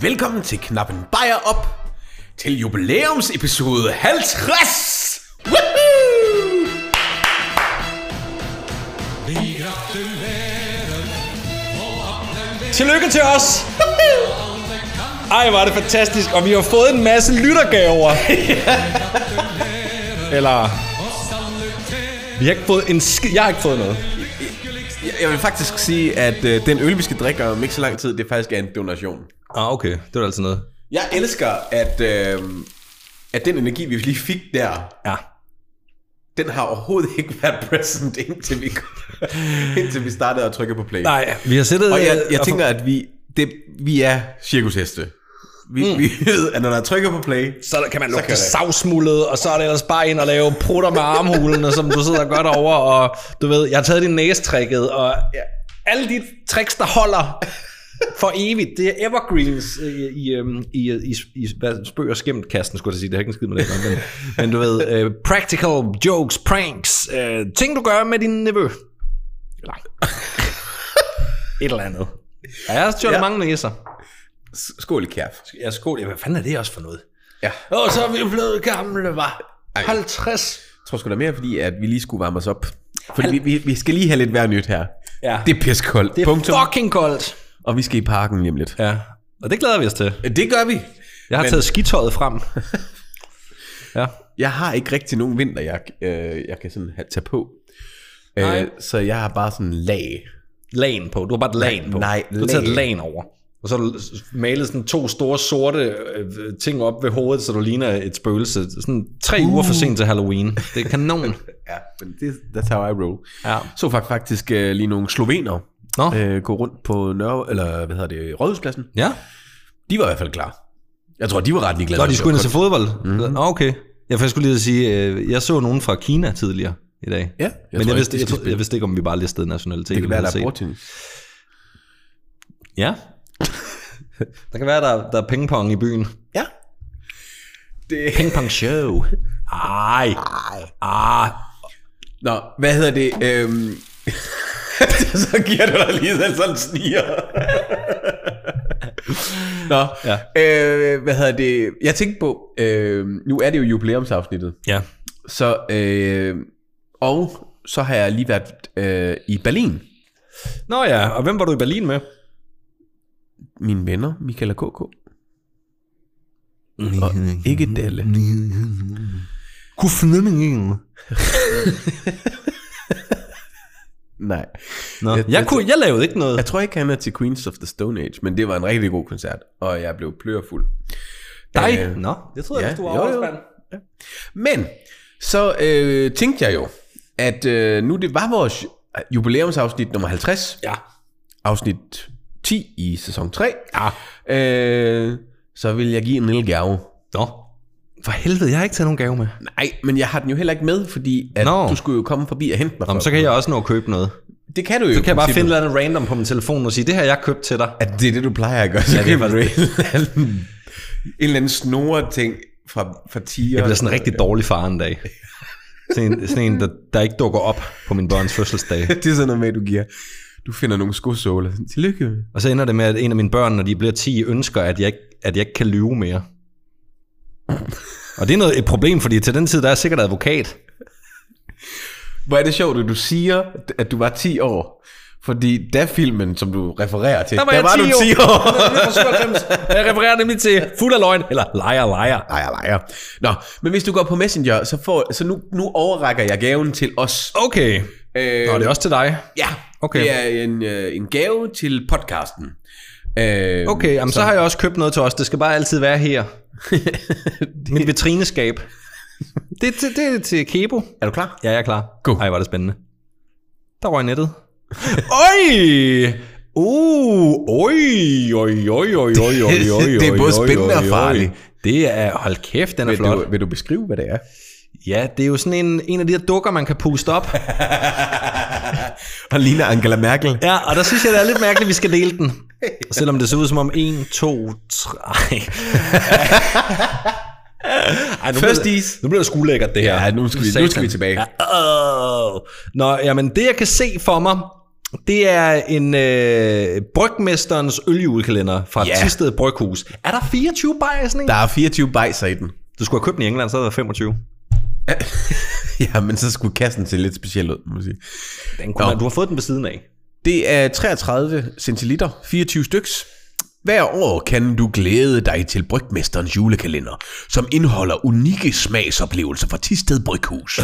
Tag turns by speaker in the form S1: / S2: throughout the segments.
S1: Velkommen til Knappen Bajer op til jubilæumsepisode 50! Woohoo!
S2: Tillykke til os! Ej, var det fantastisk, og vi har fået en masse lyttergaver. Eller... Vi har ikke fået en skid... Jeg har ikke fået noget.
S1: Jeg, jeg vil faktisk sige, at øh, den øl, vi skal drikke om ikke så lang tid, det faktisk er en donation.
S2: Ah, okay. Det var da altid noget.
S1: Jeg elsker, at, øh, at den energi, vi lige fik der,
S2: Ja.
S1: den har overhovedet ikke været present, indtil vi, kom- indtil vi startede at trykke på play.
S2: Nej, vi har siddet...
S1: Og jeg, jeg
S2: og-
S1: tænker, at vi, det, vi er cirkusheste. Vi, mm. vi ved, at når der er trykker på play,
S2: Så kan man
S1: kører
S2: lugte
S1: det.
S2: savsmuldet, og så er det ellers bare ind og lave prutter med armhulen, og som du sidder godt over, og du ved, jeg har taget din næstrækket, og
S1: Ja.
S2: alle de tricks, der holder for evigt, det er evergreens øh, i, øhm, i, øh, i, i hvad, spøg og skæmt kasten, skulle jeg til at sige, det har ikke en skid med det, at gøre, men, men du ved, øh, practical jokes, pranks, øh, ting du gør med din nevø. Eller et eller andet. Ja, jeg har styrt ja.
S1: Ja.
S2: mange næser.
S1: s- skål i kærf.
S2: Jeg skål, hvad fanden er det også for noget?
S1: Ja.
S2: Og så er vi blevet gamle, var.
S1: Ej.
S2: 50.
S1: Jeg tror sgu da mere, fordi at vi lige skulle varme os op. Fordi vi, vi, vi skal lige have lidt vejr nyt her.
S2: Ja.
S1: Det er piskoldt.
S2: Det er
S1: Punktum.
S2: fucking koldt.
S1: Og vi skal i parken lige om lidt.
S2: Ja, og det glæder vi os til.
S1: Det gør vi.
S2: Jeg
S1: Men-
S2: har Men... taget skitøjet frem. ja.
S1: Jeg har ikke rigtig nogen vinter, jeg, øh, jeg kan sådan have, tage på.
S2: Nej.
S1: Øh, så jeg har bare sådan lag.
S2: Lagen på. Du har bare et lagen på.
S1: nej,
S2: du har taget et
S1: lagen.
S2: lagen over. Og så har du malet sådan to store sorte øh, ting op ved hovedet, så du ligner et spøgelse. Sådan tre uh. uger for sent til Halloween. Det er kanon.
S1: Ja, men det, that's how I roll.
S2: Ja.
S1: Så fakt- faktisk øh, lige nogle slovener
S2: Nå.
S1: øh, gå rundt på Nørre, eller hvad hedder det, Rådhuspladsen.
S2: ja.
S1: De var i hvert fald klar. Jeg tror, de var ret ligeglade.
S2: Nå,
S1: med,
S2: de
S1: at
S2: skulle ind
S1: det
S2: og se
S1: var
S2: fodbold. Mm-hmm. Nå, okay. Jeg, for jeg skulle lige sige, øh, jeg så nogen fra Kina tidligere i dag.
S1: Ja, jeg tror
S2: jeg Men
S1: ikke,
S2: jeg vidste,
S1: de skal
S2: jeg, jeg, jeg,
S1: spille.
S2: vidste ikke, om vi bare lige stede nationalitet.
S1: koldt. Det kan være,
S2: eller
S1: der er
S2: set.
S1: bordtennis.
S2: Ja. der kan være, der, der er pingpong i byen.
S1: Ja. Det...
S2: Pingpong show. Ej. Ah.
S1: Nå, hvad hedder det? Øhm... så giver du dig lige selv sådan en sniger. Nå,
S2: Ja.
S1: øh, hvad hedder det? Jeg tænkte på, øh, nu er det jo jubilæumsafsnittet,
S2: Ja.
S1: så, øh, og så har jeg lige været øh, i Berlin.
S2: Nå ja, og hvem var du i Berlin med?
S1: Mine venner, Michael og KK. Og ikke Dalle.
S2: Kufnemmingen.
S1: Nej.
S2: Nå,
S1: Jeg-
S2: jeg,
S1: jeg-
S2: jeg, kunne, jeg lavede ikke noget.
S1: Jeg tror ikke, han er til Queens of the Stone Age, men det var en rigtig god koncert, og jeg blev plørfuld.
S2: Dig?
S1: Øh,
S2: Nå, jeg troede,
S1: ja,
S2: ja, du var
S1: jo, jo.
S2: overspand.
S1: Men så øh, tænkte jeg jo, at øh, nu det var vores jubilæumsafsnit nummer 50,
S2: Ja.
S1: afsnit 10 i sæson 3,
S2: Ja.
S1: øh, så vil jeg give en lille gave.
S2: Nå. For helvede, jeg har ikke taget nogen gave med.
S1: Nej, men jeg har den jo heller ikke med, fordi at
S2: Nå.
S1: du skulle jo komme forbi og hente mig.
S2: Nå, men
S1: for
S2: så kan jeg også nå at købe noget.
S1: den. Det kan du jo.
S2: Så kan jeg bare finde noget andet random på min telefon og sige, det her jeg købt til dig.
S1: At det er det, du plejer at gøre. Så ja, det er du en eller anden, en eller anden snore ting fra, fra tiger.
S2: Jeg bliver sådan en rigtig dårlig far en dag. Sådan en, sådan en der, der ikke dukker op på min børns fødselsdag.
S1: Det er sådan noget med, du giver. Du finder nogle skosåler. Sådan, Tillykke.
S2: Og så ender det med, at en af mine børn, når de bliver 10, ønsker, at jeg, ikke- at jeg ikke kan lyve mere. Og det er noget, et problem, fordi til den tid, der er jeg sikkert advokat.
S1: Hvor er det sjovt, at du siger, at du var 10 år. Fordi da filmen, som du refererer til, der var du 10 år.
S2: Jeg refererer nemlig til fuld af løgn, eller lejer, lejer.
S1: Lejer, lejer. Nå, men hvis du går på Messenger, så, får, så nu, nu overrækker jeg gaven til os.
S2: Okay.
S1: Øh,
S2: Nå, det er også til dig.
S1: Ja,
S2: Okay.
S1: det er en, øh, en gave til podcasten. Øh,
S2: Okay, jamen, så har jeg også købt noget til os. Det skal bare altid være her. Mit vitrineskab. Det, det, det er til Kebo.
S1: Er du klar?
S2: Ja, jeg er klar.
S1: Go.
S2: Ej, var det spændende. Der røg nettet. Oj! Uh, oj, oj, oj, oj, oj, oj, oj, oj,
S1: Det er både
S2: oj,
S1: spændende
S2: oj,
S1: og
S2: oj.
S1: farligt.
S2: Det er, hold kæft, den er
S1: Vil
S2: flot.
S1: du, vil du beskrive, hvad det er?
S2: Ja, det er jo sådan en, en af de her dukker, man kan puste op.
S1: Og ligner Angela Merkel.
S2: Ja, og der synes jeg, det er lidt mærkeligt, at vi skal dele den. Selvom det ser ud som om 1, 2, 3... Ej, Ej nu,
S1: Først
S2: bliver,
S1: is.
S2: det- nu bliver det skuelækkert, det her.
S1: Ja, nu skal vi- nu
S2: Satan.
S1: skal vi tilbage.
S2: Ja, åh. Nå, jamen det jeg kan se for mig, Det er en øh, brygmesterens øljulekalender fra
S1: Ja.
S2: yeah. Tisted Bryghus. Er der 24 bajer i sådan en?
S1: Der er 24 bajser i den.
S2: Du skulle have købt den i England, så havde der 25.
S1: Ja, men så skulle kassen se lidt speciel ud, må man sige.
S2: Den kunne,
S1: Nå.
S2: du har fået den ved siden af.
S1: Det er 33 centiliter, 24 styks. Hver år kan du glæde dig til Brygmesterens julekalender, som indeholder unikke smagsoplevelser fra Tisted Bryghus.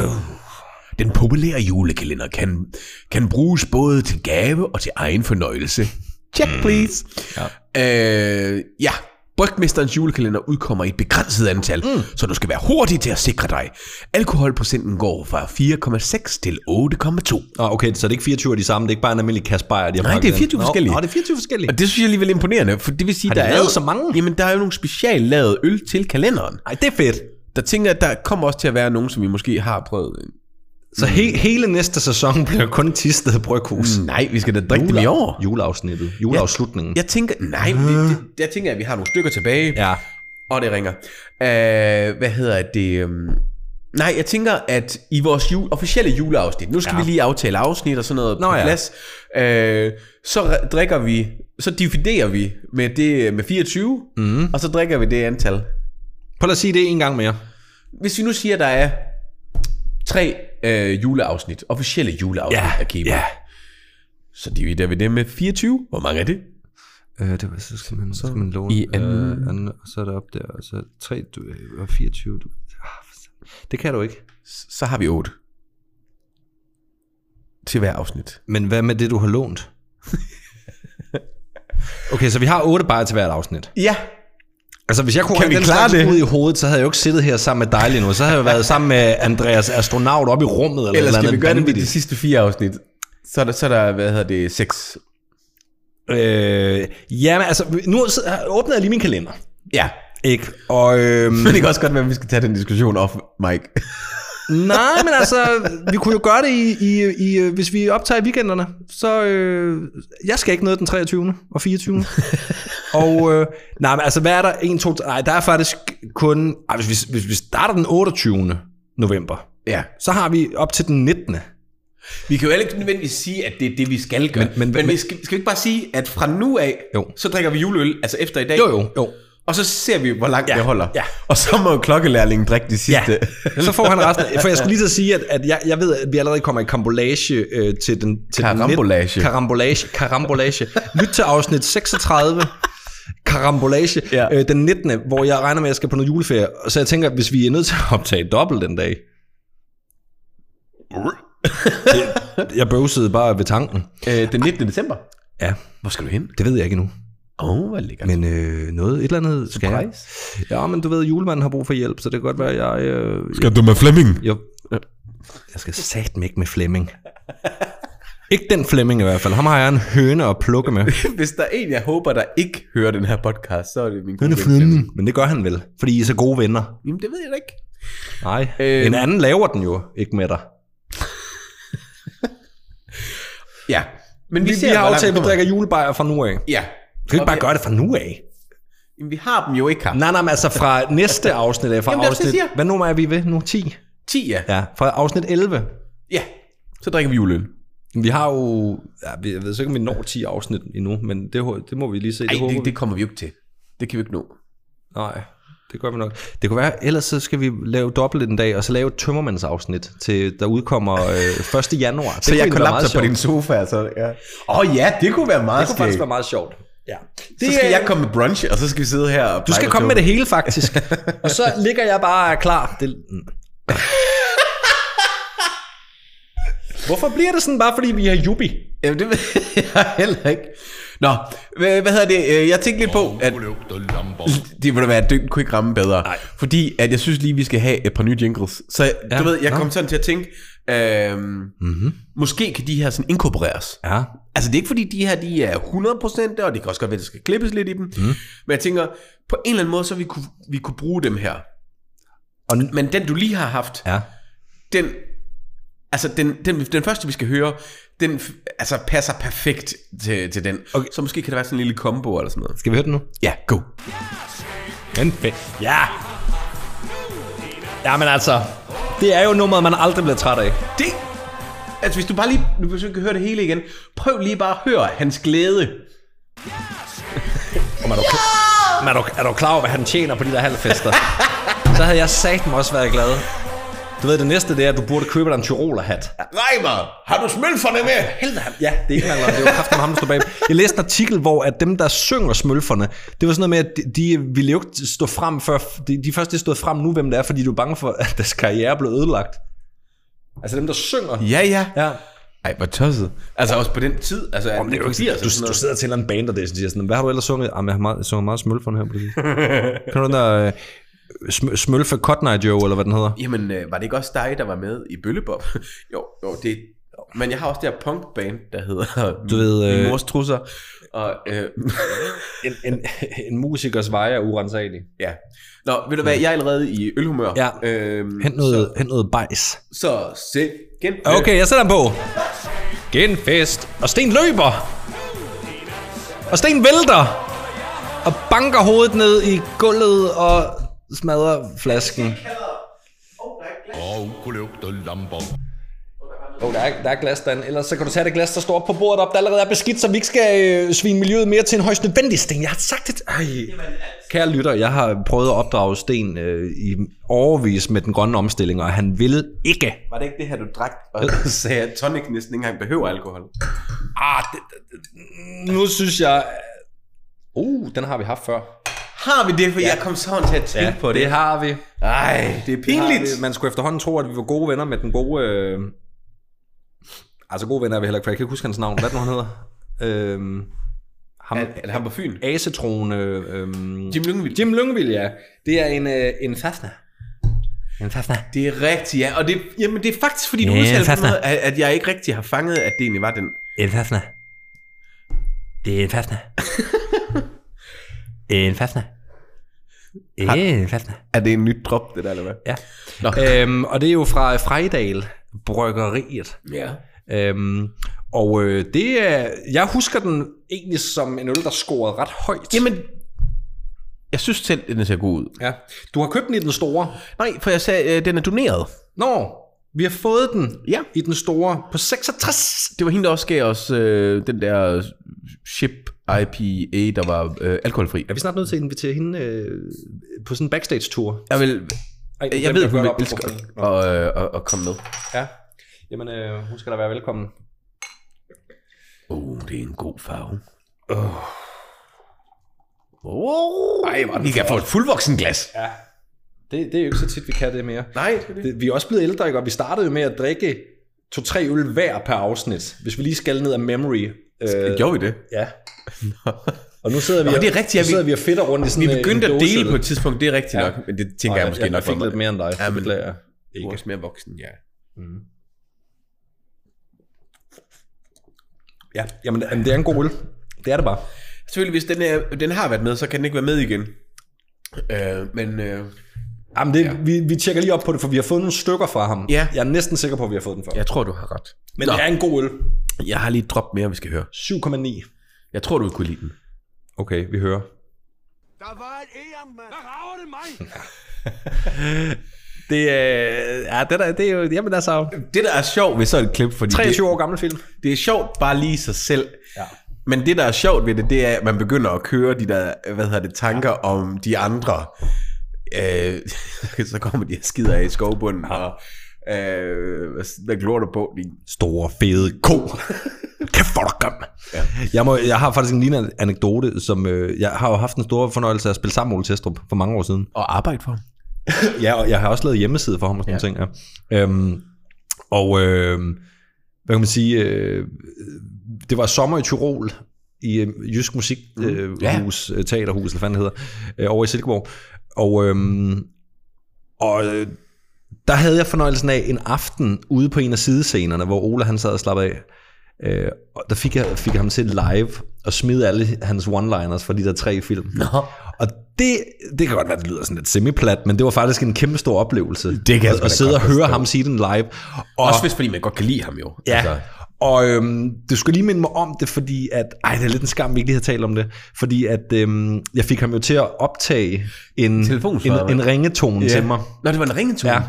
S1: Den populære julekalender kan, kan bruges både til gave og til egen fornøjelse. Check, please. Mm. Ja. Øh, ja. Brygmesterens julekalender udkommer i et begrænset antal, mm. så du skal være hurtig til at sikre dig. Alkoholprocenten går fra 4,6 til 8,2.
S2: Ah, okay, så det er ikke 24 af de samme, det er ikke bare en almindelig kasse bajer, de har
S1: Nej,
S2: pakket
S1: det er
S2: den.
S1: 24
S2: Nå,
S1: forskellige.
S2: Nå, det er 24 forskellige.
S1: Og det synes jeg alligevel er imponerende, for det vil sige,
S2: Har de
S1: der er
S2: lavet
S1: jo,
S2: så mange?
S1: Jamen, der er jo nogle specielt lavet øl til kalenderen.
S2: Nej, det er fedt.
S1: Der tænker jeg, at der kommer også til at være nogen, som I måske har prøvet.
S2: Så he- hele næste sæson bliver kun Tisted Bryghus.
S1: Nej, vi skal da
S3: Mm.
S1: drikke dem i
S2: Jule-
S1: år.
S2: Juleafsnittet. Juleafslutningen.
S1: Jeg tænker, nej, det, det, jeg tænker, at vi har nogle stykker tilbage,
S2: Ah. ja.
S1: og det ringer. Øh, hvad hedder det? øhm, Nej, jeg tænker, at i vores jul, officielle juleafsnit, nu skal ja.
S2: Ja.
S1: vi lige aftale afsnit og sådan noget Nå,
S2: Nå
S1: på
S2: ja.
S1: plads, øh, så re- drikker vi, så dividerer vi med det med 24, mm.
S2: Mhm.
S1: og så drikker vi det antal.
S2: Prøv lige at sige det en gang mere.
S1: Hvis vi nu siger, at der er tre øh, juleafsnit, officielle juleafsnit
S2: Ja,
S1: af Kima,
S2: ja.
S1: så dividerer vi det med 24. Hvor mange er det?
S3: Øh, det var, så skal man, så skal man låne.
S1: i anden-
S3: Øh, anden, og så er det op der, og så 3 du, øh, og 24. Du, ah, for satan. det kan du ikke.
S1: S- Så har vi 8. Til hver afsnit.
S3: Men hvad med det, du har lånt?
S2: Okay, så vi har otte bajer til hvert afsnit.
S1: Ja,
S2: Altså, hvis jeg kunne
S1: Kan
S2: have
S1: vi
S2: den
S1: klare
S2: slags
S1: det?
S2: ud i hovedet, så havde jeg jo ikke siddet her sammen med dig lige nu. Så havde jeg været sammen med Andreas astronaut oppe i rummet. Eller,
S1: ellers
S2: et eller
S1: skal vi
S2: andet
S1: gøre det med de
S2: vanvittigt.
S1: sidste fire afsnit. Så er der, så er der hvad hedder det, 6.
S2: Øh, jamen, altså, nu sidder- åbnede jeg lige min kalender.
S1: Ja,
S2: Ikke? Og, øhm,
S1: men det kan også godt være, at vi skal tage den diskussion off, Mike.
S2: nej, men altså, vi kunne jo gøre det, i, i, i, øh, hvis vi optager i weekenderne. Så øh, jeg skal ikke noget den 23. og 24. og øh, nej, men altså, hvad er der? 1, 2, nej, der er faktisk kun... Ej, hvis, vi, hvis vi starter den 28. november,
S1: Ja.
S2: så har vi op til den 19.
S1: Vi kan jo heller ikke nødvendigvis sige, at det er det, vi skal gøre. Men, men, men, men skal, skal vi ikke bare sige, at fra nu af,
S2: Jo.
S1: så drikker vi juleøl, altså efter i dag,
S2: Jo, jo, jo.
S1: Og så ser vi, hvor langt ja. det holder.
S2: ja.
S1: Og så må klokkelærlingen drikke de sidste.
S2: Så får han resten. af- For jeg skulle lige så sige, at, at jeg, jeg ved, at vi allerede kommer i kambolage øh, til den... Til Den
S1: Karambolage.
S2: net, karambolage. Karambolage. Lyt til afsnit 36. Karambolage.
S1: Ja.
S2: Ja. Øh, den 19. Hvor jeg regner med, at jeg skal på noget juleferie. Så jeg tænker, hvis vi er nødt til at optage dobbelt den dag... Jeg, jeg bøvsede bare ved tanken.
S1: øh, den 19. december.
S2: Ja,
S1: Hvor skal du hen?
S2: det ved jeg ikke endnu.
S1: Åh, oh, hvor lækkert.
S2: Men øh, noget, et eller andet skal jeg.
S1: Surprise.
S2: Ja, men du ved, julemanden har brug for hjælp, så det kan godt være, at jeg... Øh,
S1: Skal du med Flemming?
S2: Jo. Jeg skal satme ikke med Flemming. Ikke den Flemming i hvert fald. Ham har jeg en høne at plukke med.
S1: Hvis der er en, jeg håber, der ikke hører den her podcast, så er det min gode ven Flemming.
S2: Men det gør han vel, fordi I er så gode venner.
S1: Jamen, det ved jeg da ikke.
S2: Nej.
S1: Øhm.
S2: Øh. En anden laver den jo ikke med dig.
S1: Ja. Men vi,
S2: Vi, vi,
S1: ser,
S2: har
S1: hvor langt
S2: aftalt, at vi
S1: kommer.
S2: drikker julebajer fra nu af.
S1: Ja.
S2: Du kan ikke
S1: Og
S2: bare
S1: vi-
S2: gøre det fra nu af.
S1: Jamen, vi har dem jo ikke her.
S2: Nej, nej, men altså fra næste afsnit af, fra
S1: Jamen, det er også det, jeg
S2: afsnit...
S1: siger.
S2: Hvad nummer er vi ved nu? 10?
S1: 10, ja.
S2: Ja, fra afsnit 11.
S1: Ja. Så drikker vi juleøl.
S2: Vi har jo... Ja, vi- jeg ved så ikke, om vi når 10 afsnit endnu, men det, hå- det må vi lige se.
S1: Ej,
S2: håber
S1: det,
S2: vi.
S1: det kommer vi jo ikke til. Det kan vi ikke nå.
S2: Nej, det gør vi nok. Det kunne være, ellers så skal vi lave dobbelt en dag, og så lave et tømmermandsafsnit, til, der udkommer øh, 1. januar. Det
S1: Så
S2: kunne
S1: jeg
S2: egentlig være meget
S1: kollapser på
S2: sjovt.
S1: din sofa, altså. Ja. Åh oh, ja, det kunne være meget
S2: Det kunne faktisk
S1: skægt.
S2: være meget sjovt. Ja.
S1: Så skal jeg komme med brunch, og så skal vi sidde her og
S2: Du skal komme med det hele, faktisk. og så ligger jeg bare klar. Det... Hvorfor bliver det sådan bare, fordi vi har jubi?
S1: Jamen, det ved jeg heller ikke. Nå, hvad, hvad hedder det? Øh, Jeg tænkte lidt på, at... Det ville være, at den kunne ikke ramme bedre. Nej. Fordi at jeg synes lige, vi skal have et par nye jingles. Så ja. du ved, jeg kom sådan til at tænke, øhm, mm-hmm. måske kan de her sådan inkorporeres.
S2: Ja.
S1: Altså det er ikke fordi, de her de er 100% der, og det kan også godt være, at der skal klippes lidt i dem. Mm. Men jeg tænker, på en eller anden måde, så vi kunne, vi kunne bruge dem her.
S2: Og nu-
S1: Men den, du lige har haft,
S2: Ja.
S1: den, altså den, den, den første, vi skal høre, den f- altså passer perfekt til, til den. Okay. Så måske kan der være sådan en lille combo eller sådan noget.
S2: Skal vi høre det nu?
S1: Ja, go.
S2: Men fedt. Ja. Jamen altså, det er jo nummeret, man aldrig bliver træt af.
S1: Det, altså hvis du bare lige, nu hvis du ikke kan høre det hele igen, prøv lige bare at høre hans glæde.
S2: Men er du, er du klar over, hvad han tjener på de der halvfester? så havde jeg satme også været glad. Du ved, det næste det er, at du burde købe dig en Tyroler-hat.
S1: Reimer, har du smølferne med?
S2: Helvede ham. Ja, det er ikke engang løgn. Det var kraften ham, der stod bag. Jeg læste en artikel, hvor at dem, der synger smølferne, det var sådan noget med, at de, de ville jo ikke stå frem før, de, de først er stået frem nu, hvem det er, fordi du er bange for, at deres karriere blev ødelagt. Altså dem, der synger.
S1: Ja, ja.
S2: Ja.
S1: Ej, hvor tosset. Altså også på den tid. Altså,
S2: Om det er jo ikke, du, du, sidder til en eller anden band, og det er sådan, sådan, hvad har du ellers sunget? Jamen, jeg har meget, sunget meget smølferne her på det sidste. Kan du den der øh, sm- smølfe Cotton Eye Joe, eller hvad den hedder?
S1: Jamen, øh, var det ikke også dig, der var med i Bøllebop? jo, jo, det men jeg har også det her punkband, der hedder
S2: Du ved,
S1: Min
S2: øh,
S1: Mors Trusser. Og, øh,
S2: En, en, en musikers veje er urensagelig.
S1: ja. Nå, ved du hvad, jeg er allerede i ølhumør.
S2: Ja.
S1: Øhm,
S2: Hent noget, hent noget bajs.
S1: så se, gen,
S2: Okay, jeg sætter ham på. Genfest. Og Sten løber. Og Sten vælter. Og banker hovedet ned i gulvet og smadrer flasken.
S4: Og kunne lugte lamper.
S2: Oh, der, er, der er glas, Dan. Ellers så kan du tage det glas, der står op på bordet op, der allerede er beskidt, så vi ikke skal øh, svine miljøet mere til en højst nødvendig sten. Jeg har sagt det. Ej. Kære lytter, jeg har prøvet at opdrage Sten øh, i overvis med den grønne omstilling, og han ville ikke.
S1: Var det ikke det her, du drak og sagde, at tonic næsten ikke engang behøver alkohol?
S2: Ah, det, det, det, nu synes jeg... Uh, den har vi haft før.
S1: Har vi det, for ja. jeg kom sådan til at tænke ja. på det.
S2: det har vi.
S1: Ej, det er pinligt.
S2: Har vi. Man skulle efterhånden tro, at vi var gode venner med den gode... Øh... Altså gode venner er vi heller ikke, for jeg kan ikke huske hans navn. Hvad er det nu, han hedder? Øhm, ham,
S1: Er, er det ham på Fyn?
S2: Asetrone... Øhm...
S1: Jim Lyngvild.
S2: Jim Lyngvild, ja. Det er en, øh, en Fafna. En Fafna.
S1: Det er rigtigt, ja. Og det, jamen, det er faktisk, fordi du
S2: Ja,
S1: udtaler på
S2: fast
S1: den måde, at, at jeg ikke rigtig har fanget, at det egentlig var den.
S2: En Fafna. Det er en Fafna. en Fafna. En Fafna.
S1: Er det en nyt drop, det der, eller hvad? Øh,
S2: Ja.
S1: Nå.
S2: Øhm, og det er jo fra Frejdal Bryggeriet.
S1: Ja.
S2: Øhm, og øh, det er, jeg husker den egentlig som en øl, der scorede ret højt.
S1: Jamen, jeg synes selv, den ser god ud.
S2: Ja. Du har købt den i den store.
S1: Nej, for jeg sagde, øh, den er doneret.
S2: Nå, vi har fået den
S1: Ja.
S2: i den store på 66.
S1: Det var hende, der også gav os øh, den der chip IPA, der var øh, alkoholfri.
S2: Er vi snart nødt til at invitere hende øh, på sådan en backstage-tour?
S1: Jeg, vil,
S2: Ej,
S1: jeg,
S2: den
S1: ved,
S2: bliver
S1: hun
S2: kørt
S1: vil
S2: op på
S1: elske
S2: profilen.
S1: at, at, øh, at, at komme med.
S2: Ja. Jamen, øh, hun skal da være velkommen.
S1: Oh, det er en god farve. Oh. Ej, hvor I kan få et fuldvoksen glas.
S2: Ja. Det, det er jo ikke så tit, vi kan det mere.
S1: Nej, det er det.
S2: Det, vi er også blevet ældre, ikke? og vi startede jo med at drikke to-tre øl hver per afsnit. Hvis vi lige skal ned af memory. Øh,
S1: Gjorde vi det?
S2: Ja. Og nu sidder vi,
S1: Nå, det er rigtigt, ja,
S2: nu sidder
S1: vi-
S2: vi, og fedter rundt i sådan øh,
S1: Vi
S2: en-
S1: begyndte
S2: en
S1: at dele
S2: dåseøl.
S1: på et tidspunkt, det er rigtigt
S2: Ja.
S1: nok, men det tænker
S2: Nå,
S1: jeg måske
S2: jeg,
S1: nok
S2: jeg fik
S1: for
S2: lidt mere end dig,
S1: Ja,
S2: det
S1: men-
S2: beklager jeg.
S1: Du er også mere voksen, ja.
S2: Ja, jamen, jamen, det er en god øl. Det er det bare.
S1: Selvfølgelig, hvis den, er, den har været med, så kan den ikke være med igen. Øh, men øh,
S2: Jamen, det, ja. vi, vi tjekker lige op på det, for vi har fået nogle stykker fra ham.
S1: Ja.
S2: Jeg er næsten sikker på, at vi har fået den før.
S1: jeg tror, du har ret.
S2: Men
S1: Nå.
S2: det er en god øl.
S1: Jeg har lige et drop mere, vi skal høre.
S2: 7,9.
S1: Jeg tror, du vil kunne lide den.
S2: Okay, vi hører.
S4: Der var et ære, mand. Hvad rager det mig?
S2: Det, øh, ja, det, der, det er jo... Jamen, altså...
S1: Det, der er sjovt ved sådan et klip, fordi
S2: 23 år gammel film.
S1: Det, det er sjovt bare lige i sig selv.
S2: Ja.
S1: Men det, der er sjovt ved det, det er, at man begynder at køre de der, hvad hedder det, tanker ja. om de andre. Øh, så kommer de og skider af i skovbunden, ja. og øh, hvad- hvad glor du på? Din
S2: Store, fede ko. Kæft for dig, gam. Ja. Jeg, må, jeg har faktisk en lignende anekdote, som øh, jeg har jo haft en stor fornøjelse af at spille sammen med Ole Testrup for mange år siden.
S1: og arbejde for.
S2: Ja, og jeg har også lavet hjemmeside for ham og sådan ja. ting. Ja. Øhm, og øh, hvad kan man sige? Øh, det var sommer i Tyrol, i øh, Jysk Musikhus, øh,
S1: Ja.
S2: hus, øh, Teaterhus, eller hvad det hedder, øh, over i Silkeborg. Og, øh, og øh, der havde jeg fornøjelsen af en aften ude på en af sidescenerne, hvor Ola han sad og slappede af. Øh, og der fik jeg, fik jeg ham til live og smide alle hans one-liners fra de der tre film. Nå. Og det, det kan godt være, det lyder sådan lidt semiplat, men det var faktisk en kæmpe stor oplevelse.
S1: Det kan jeg
S2: at,
S1: sgu da
S2: at sidde og
S1: godt
S2: høre
S1: forstå.
S2: ham sige den live. Og,
S1: Også hvis, fordi man godt kan lide ham jo.
S2: Ja, altså. og øhm, du skal lige minde mig om det, fordi at, ej, det er lidt en skam, vi ikke lige har talt om det, fordi at øhm, jeg fik ham jo til at optage en, en,
S1: Telefonsvarer,
S2: en ringetone yeah. til mig.
S1: Nå, det var en ringetone.
S2: Ja.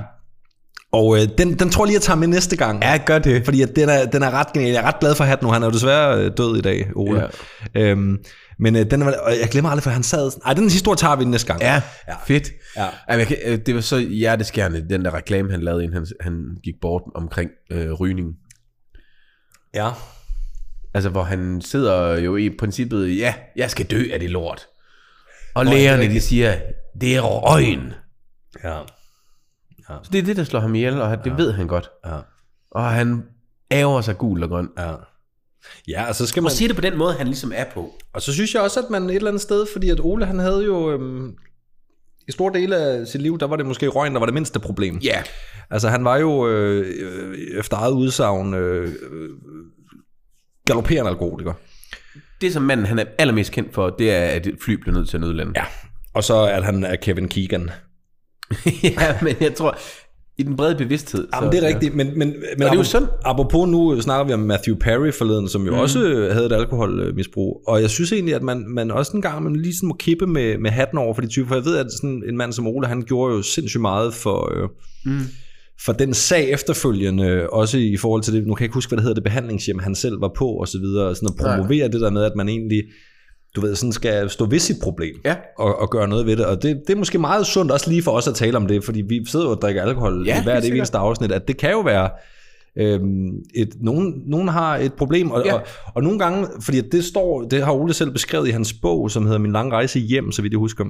S2: Og øh, den, den tror jeg lige, jeg tager med næste gang.
S1: Ja, gør det.
S2: Fordi at den, er, den er ret genial. Jeg er ret glad for at have den nu. Han er jo desværre øh, død i dag, Ole. Ja. Øhm, men øh, den er, og jeg glemmer aldrig, for han sad... sådan- Ej, den historie tager vi næste gang.
S1: Ja, ja. fedt.
S2: Ja.
S1: Ja. Jamen, jeg kan, øh, det var så hjerteskærende, den der reklame, han lavede, inden han, han gik bort omkring øh, rygning.
S2: ja.
S1: Altså, hvor han sidder jo i princippet, ja, jeg skal dø af det lort. Og lægerne, de siger, det er røgen.
S2: ja.
S1: Så det er det, der slår ham ihjel, og han- det ja. ved han godt.
S2: Ja.
S1: Og han æver sig gul og grøn.
S2: Ja. Ja, og så skal man...
S1: Og siger det på den måde, han ligesom er på.
S2: Og så synes jeg også, at man et eller andet sted, fordi at Ole, han havde jo... Øhm, i store dele af sit liv, der var det måske røgen, der var det mindste problem.
S1: Ja.
S2: Altså, han var jo øh, øh, efter eget udsagn øh, øh, galopperende alkoholiker.
S1: Det, som manden han er allermest kendt for, det er, at et fly bliver nødt til at nødlande.
S2: Ja. Og så at han er Kevin Keegan.
S1: ja, men jeg tror, i den brede bevidsthed.
S2: Jamen, det er rigtigt, men, men, men
S1: er jo
S2: apropos-
S1: synd.
S2: apropos nu snakker vi om Matthew Perry forleden, som jo mm. også øh, havde et alkoholmisbrug, og jeg synes egentlig, at man, man også en gang man lige sådan må kippe med, med hatten over for de typer, for jeg ved, at sådan en mand som Ole, han gjorde jo sindssygt meget for, øh,
S1: Mm.
S2: for den sag efterfølgende, også i forhold til det, nu kan jeg ikke huske, hvad det hedder, det behandlingshjem, han selv var på, og så videre, og sådan at promovere det der med, at man egentlig, du ved, sådan skal stå ved sit problem
S1: Ja.
S2: og, og gøre noget ved det. Og det, det er måske meget sundt også lige for os at tale om det, fordi vi sidder jo og drikker alkohol
S1: Ja,
S2: ja, i hver
S1: helt
S2: det eneste afsnit, at det kan jo være, øhm, et, nogen, nogen har et problem, og, ja.
S1: Ja.
S2: og, og nogle gange, fordi det står, det har Ole selv beskrevet i hans bog, som hedder Min lange rejse hjem, så vidt jeg husker,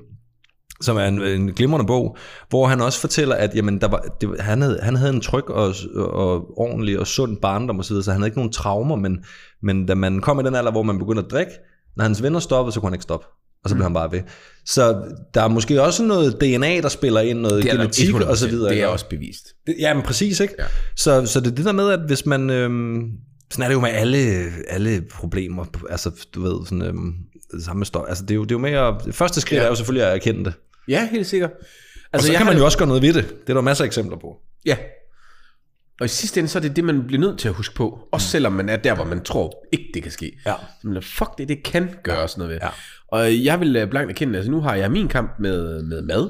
S2: som er en, en glimrende bog, hvor han også fortæller, at jamen, der var, det, var- han, havde, han havde en tryg og, og ordentlig og sund barndom osv., så, videre, så han havde ikke nogen traumer, men, men da man kom i den alder, hvor man begyndte at drikke, når hans venner stoppede, så kunne han ikke stoppe. Og så blev
S1: Mm.
S2: han bare ved. Så der er måske også noget DNA, der spiller ind, noget
S1: Det er, der
S2: genetik og så
S1: 100%.
S2: videre.
S1: det er
S2: ikke?
S1: også bevist.
S2: Det, ja, men præcis, ikke? Ja.
S1: Ja.
S2: Så, så det er det der med, at hvis man... Øhm, sådan er det jo med alle, alle problemer. Altså, du ved, sådan, øhm, det samme støj. Altså, det er jo, det er jo med at... det Første skridt ja. er jo selvfølgelig at erkende det. Altså,
S1: Ja, helt sikkert.
S2: og så
S1: Altså, jeg
S2: kan
S1: har
S2: man
S1: det-
S2: jo også gøre noget ved det. Det er der masser af eksempler på.
S1: Ja. Og i sidste ende, så er det det, man bliver nødt til at huske på. Også selvom man er der, hvor man tror ikke, det kan ske.
S2: Mm. Ja.
S1: Så man er, fuck det, det kan gøre sådan noget ved.
S2: Ja.
S1: Og jeg vil øh, blankt erkende, altså nu har jeg min kamp med, med mad.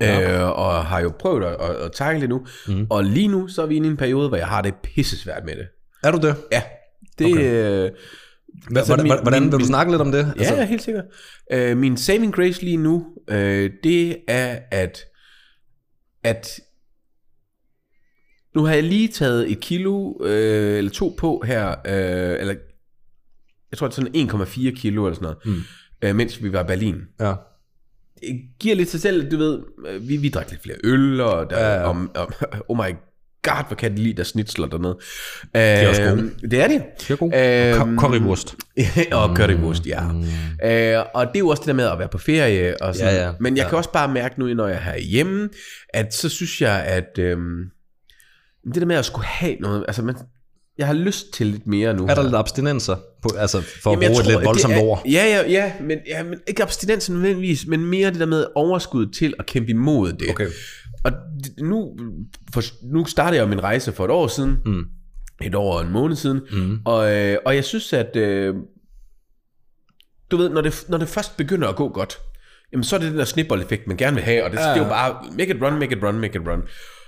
S1: Ja. Øh, og har jo prøvet at, at, at tackle det nu. Mm. Og lige nu, så er vi inde i en periode, hvor jeg har det pissesvært med det.
S2: Er du det?
S1: Ja. Det, okay. øh,
S2: Hva-
S1: Altså,
S2: Hvordan,
S1: min-
S2: hvordan
S1: min-
S2: vil du snakke lidt om det?
S1: Ja, altså, helt sikkert. Øh, min saving grace lige nu, øh, det er, at, at nu har jeg lige taget et kilo øh, eller to på her, øh, eller jeg tror, det er sådan 1,4 kilo eller sådan noget, mm. øh, mens vi var i Berlin.
S2: ja.
S1: Det giver lidt sig selv, du ved, øh, vi, vi drak lidt flere øl, og, der,
S2: Ja,
S1: ja,
S2: ja.
S1: ja. Om, om, oh my god, hvor kan de lide, der snitsler dernede. Øh,
S2: også gode.
S1: Det er de.
S2: Det er god.
S1: Øhm,
S2: Øhm, Currywurst.
S1: og gør det must, ja. Mm. Øh, og det er jo også det der med at være på ferie og sådan.
S2: Ja, ja.
S1: Men jeg
S2: Ja.
S1: kan også bare mærke nu, når jeg er herhjemme, at så synes jeg, at øhm, det der med at skulle have noget, altså man, jeg har lyst til lidt mere nu.
S2: Er der lidt abstinenser? På, altså, for
S1: Jamen,
S2: at
S1: jeg
S2: bruge et
S1: tror,
S2: lidt
S1: det
S2: voldsomt
S1: er-
S2: ord.
S1: Ja, ja, ja, men, ja, men ikke abstinensen nødvendigvis, men mere det der med overskud til at kæmpe imod det.
S2: Okay.
S1: Og d- nu, for, nu startede jeg jo min rejse for et år siden,
S2: Mm.
S1: et år og en måned siden,
S2: Mm.
S1: og, øh, og jeg synes, at øh, du ved, når det, når det først begynder at gå godt, jamen så er det den der snibboldeffekt, man gerne vil have, og det, ja. det er jo bare, make it run, make it run, make it run.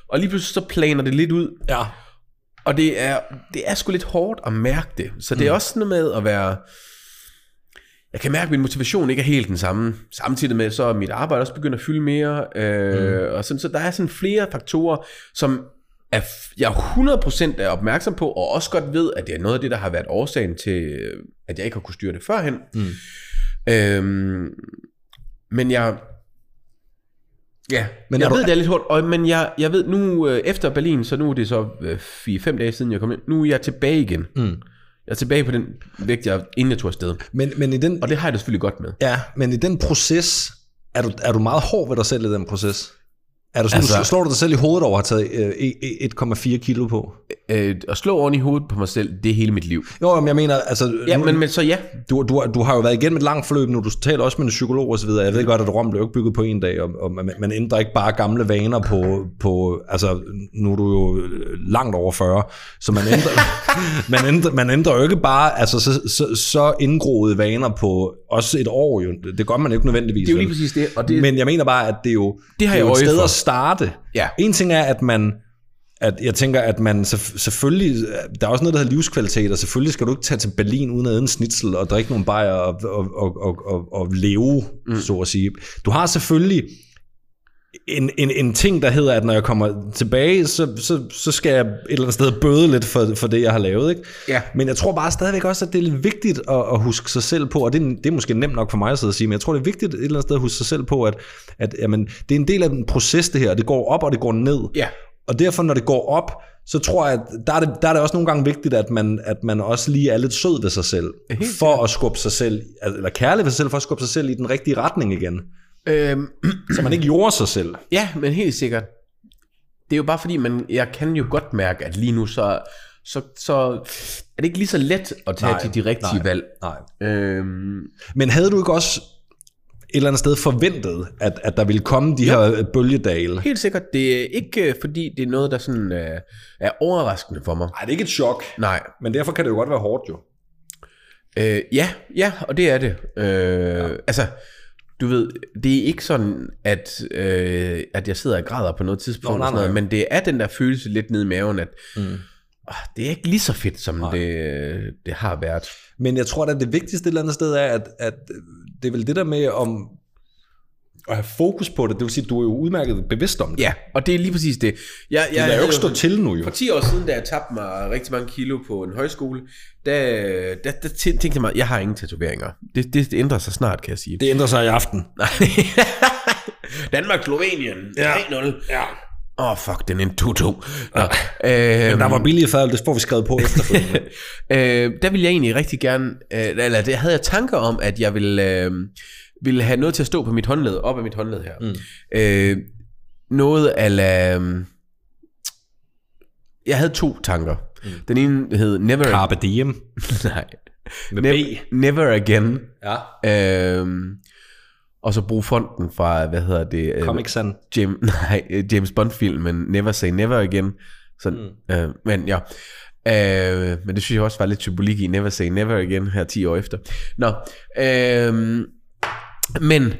S1: Og lige pludselig så planer det lidt ud,
S2: Ja.
S1: og det er, det er sgu lidt hårdt at mærke det. Så det er også sådan noget med at være... Jeg kan mærke, at min motivation ikke er helt den samme. Samtidig med, så er mit arbejde også begyndt at fylde mere. Øh, mm. og sådan, så der er sådan flere faktorer, som er, f- jeg 100% er opmærksom på, og også godt ved, at det er noget af det, der har været årsagen til, øh, at jeg ikke har kunnet styre det førhen.
S2: Mm.
S1: Øhm, men jeg... Ja,
S2: Men
S1: men
S2: er
S1: jeg
S2: du-
S1: ved, det er lidt hårdt, og, men jeg, jeg ved nu, øh, efter Berlin, så nu er det så øh, 4-5 dage siden, jeg kom ind, nu er jeg tilbage igen.
S2: Mm.
S1: Jeg er tilbage på den vægt, jeg inden jeg tog afsted.
S2: Men, men i den,
S1: Og det har jeg det selvfølgelig godt med.
S2: Ja, men i den proces, er du, er du meget hård ved dig selv i den proces? Er du sådan, altså,
S1: Altså-
S2: du slår du dig selv i hovedet over at have taget øh, e- e- 1,4 kilo på?
S1: Øh, at slå oven i hovedet på mig selv, det er hele mit liv.
S2: Jo, men jeg mener, altså,
S1: Ja,
S2: nu,
S1: men, men så ja.
S2: du, du, du har jo været igennem et langt forløb nu, du taler også med en psykolog og så videre. Jeg
S1: Mm.
S2: ved godt, at Rom blev ikke bygget på en dag, og, og man, man ændrer ikke bare gamle vaner på, på, altså, nu er du jo øh, langt over 40, så man ændrer, man ændrer, man ændrer jo ikke bare, altså, så, så, så indgroede vaner på også et år jo. Det gør man jo ikke nødvendigvis.
S1: Det er jo
S2: vel?
S1: lige præcis det, og
S2: Det,
S1: det,
S2: men jeg mener bare, at det er jo
S1: Det har
S2: det
S1: jeg
S2: er jo et
S1: øje
S2: sted
S1: for.
S2: at starte.
S1: Ja.
S2: En ting er, at man at jeg tænker, at man selvf- selvfølgelig, der er også noget, der hedder livskvalitet, og selvfølgelig skal du ikke tage til Berlin uden at æde en snitsel og drikke nogle bajer og, og, og, og, og, og leve, mm. så at sige. Du har selvfølgelig en, en, en ting, der hedder, at når jeg kommer tilbage, så, så, så skal jeg et eller andet sted bøde lidt for, for det, jeg har lavet. Ikke?
S1: Ja.
S2: Men jeg tror bare stadigvæk også, at det er lidt vigtigt at, at huske sig selv på, og det er, det er måske nemt nok for mig at sidde og sige, men jeg tror, det er vigtigt et eller andet sted at huske sig selv på, at, at jamen, det er en del af en proces, det her. Det går op, og det går ned.
S1: Ja.
S2: Og derfor, når det går op, så tror jeg, at der er det, der er det også nogle gange vigtigt, at man, at man også lige er lidt sød ved sig selv, for at skubbe sig selv, eller kærlig ved sig selv, for at skubbe sig selv i den rigtige retning igen.
S1: Øhm,
S2: Så man ikke jorder sig selv.
S1: ja, men helt sikkert. Det er jo bare fordi, man, jeg kan jo godt mærke, at lige nu så, så, så er det ikke lige så let at tage
S2: Nej,
S1: de, de rigtige
S2: nej.
S1: valg.
S2: Nej.
S1: Øhm,
S2: Men havde du ikke også et eller andet sted forventet, at, at der ville komme de her bølgedale? Nej,
S1: helt sikkert, det er ikke øh, fordi, det er noget, der sådan, øh, er overraskende for mig.
S2: det er ikke et chok,
S1: Nej.
S2: men derfor kan det jo godt være hårdt jo.
S1: Øh, ja, ja, og det er det. Øh, ja. Altså, du ved, det er ikke sådan, at, øh, at jeg sidder og græder på noget tidspunkt, Nå,
S2: Nå, nej,
S1: nej, nej. Noget,
S2: nej.
S1: men det er den der følelse lidt nede i maven, at mm. åh, det er ikke lige så fedt, som
S2: Nej.
S1: det, øh, det har været.
S2: Men jeg tror da, det vigtigste et eller andet sted er, at, at det er vel det der med om at have fokus på det. Det vil sige, du er jo udmærket bevidst om det.
S1: Ja, og det er lige præcis det. Jeg, jeg,
S2: Du lader jo
S1: havde
S2: ikke stå til nu jo.
S1: For 10 år siden, da jeg tabte mig rigtig mange kilo på en højskole, der, der, der tæ- tænkte jeg mig, jeg har ingen tatoveringer. Det, det, det ændrer sig snart, kan jeg sige.
S2: Det ændrer sig i aften.
S1: Danmark-Slovenien,
S2: Ja.
S1: 3-0.
S2: Ja.
S1: Åh, oh, fuck, den endte 2-2. Nå, øhm,
S2: Der var billige fadøl, det får vi skrevet på efterfølgende.
S1: øh, der ville jeg egentlig rigtig gerne, øh, eller det havde jeg tanker om, at jeg ville, øh, ville have noget til at stå på mit håndled, op af mit håndled her. Mm. Øh, noget ala... Øh, jeg havde to tanker. Mm. Den ene hed Never...
S2: Carpe diem.
S1: Nej.
S2: Med
S1: Ne- never Again.
S2: Ja.
S1: Øh, og så brug fonden fra, hvad hedder det? øh,
S2: Comic Sun.
S1: James, nej, øh, James Bond-filmen Never Say Never Again. Sådan, mm. øh, men ja. Øh, men det synes jeg også var lidt symbolik i Never Say Never Again her 10 år efter. Nå, øh, men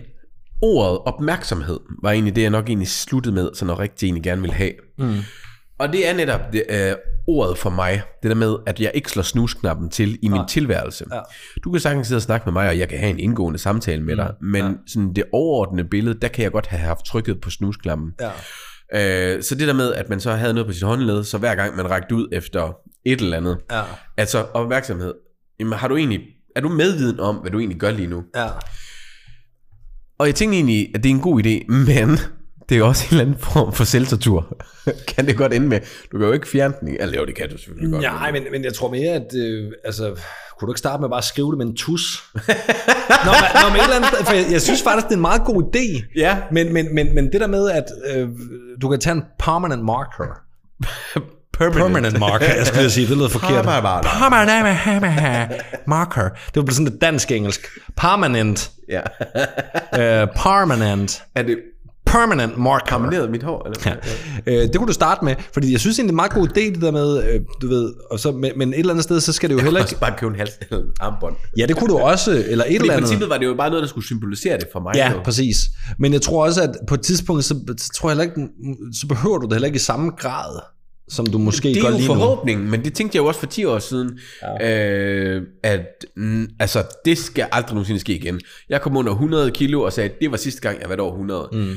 S1: ordet opmærksomhed var egentlig det, jeg nok egentlig sluttede med, sådan noget rigtig egentlig gerne ville have. Mm. Og det er netop det, øh, ordet for mig, det der med, at jeg ikke slår snusknappen til i min tilværelse. Ja. Du kan sagtens sidde og snakke med mig, og jeg kan have en indgående samtale med dig, men ja. sådan det overordnede billede, der kan jeg godt have haft trykket på snusknappen.
S2: Ja.
S1: Øh, så det der med, at man så havde noget på sit håndled, så hver gang man rakte ud efter et eller andet,
S2: Ja.
S1: altså opmærksomhed, jamen, har du egentlig, er du medviden om, hvad du egentlig gør lige nu?
S2: Ja.
S1: Og jeg tænkte egentlig, at det er en god idé, men det er jo også en eller anden form for selvtortur. kan det godt ende med, du kan jo ikke fjerne den. Eller jo, det kan du selvfølgelig godt.
S2: Nej, men, men jeg tror mere, at... Øh, altså, kunne du ikke starte med bare at skrive det med en tus? nå, men, nå, men et eller andet, sted- for jeg, jeg synes faktisk, det er en meget god idé.
S1: Ja.
S2: Men, men, men, men det der med, at øh, du kan tage en permanent marker.
S1: Permanent.
S2: Permanent marker, jeg skulle lige sige, det lyder forkert.
S1: Permanent.
S2: Permanent marker. Det var sådan lidt dansk-engelsk. Permanent.
S1: Ja.
S2: Øh, permanent.
S1: er det
S2: Permanent marker.
S1: kombineret mit hår? Eller? Ja.
S2: Øh, det kunne du starte med, fordi jeg synes egentlig, det er en meget god idé, det der med, øh, du ved, og så, men, men et eller andet sted, så skal det jo heller ikke...
S1: Også bare købe en hals eller en armbånd.
S2: Ja, det kunne du også, eller et
S1: Fordi
S2: eller
S1: i
S2: andet.
S1: princippet var det jo bare noget, der skulle symbolisere det for mig.
S2: Ja,
S1: jo.
S2: præcis. Men jeg tror også, at på et tidspunkt, så, så tror jeg heller ikke, så behøver du det heller ikke i samme grad, som du måske
S1: det er
S2: gør
S1: jo
S2: lige nu.
S1: forhåbningen, men det tænkte jeg jo også for 10 år siden, ja. øh, at mm, altså, det skal aldrig nogensinde ske igen. Jeg kom under 100 kilo og sagde, at det var sidste gang, jeg var over 100. Mm.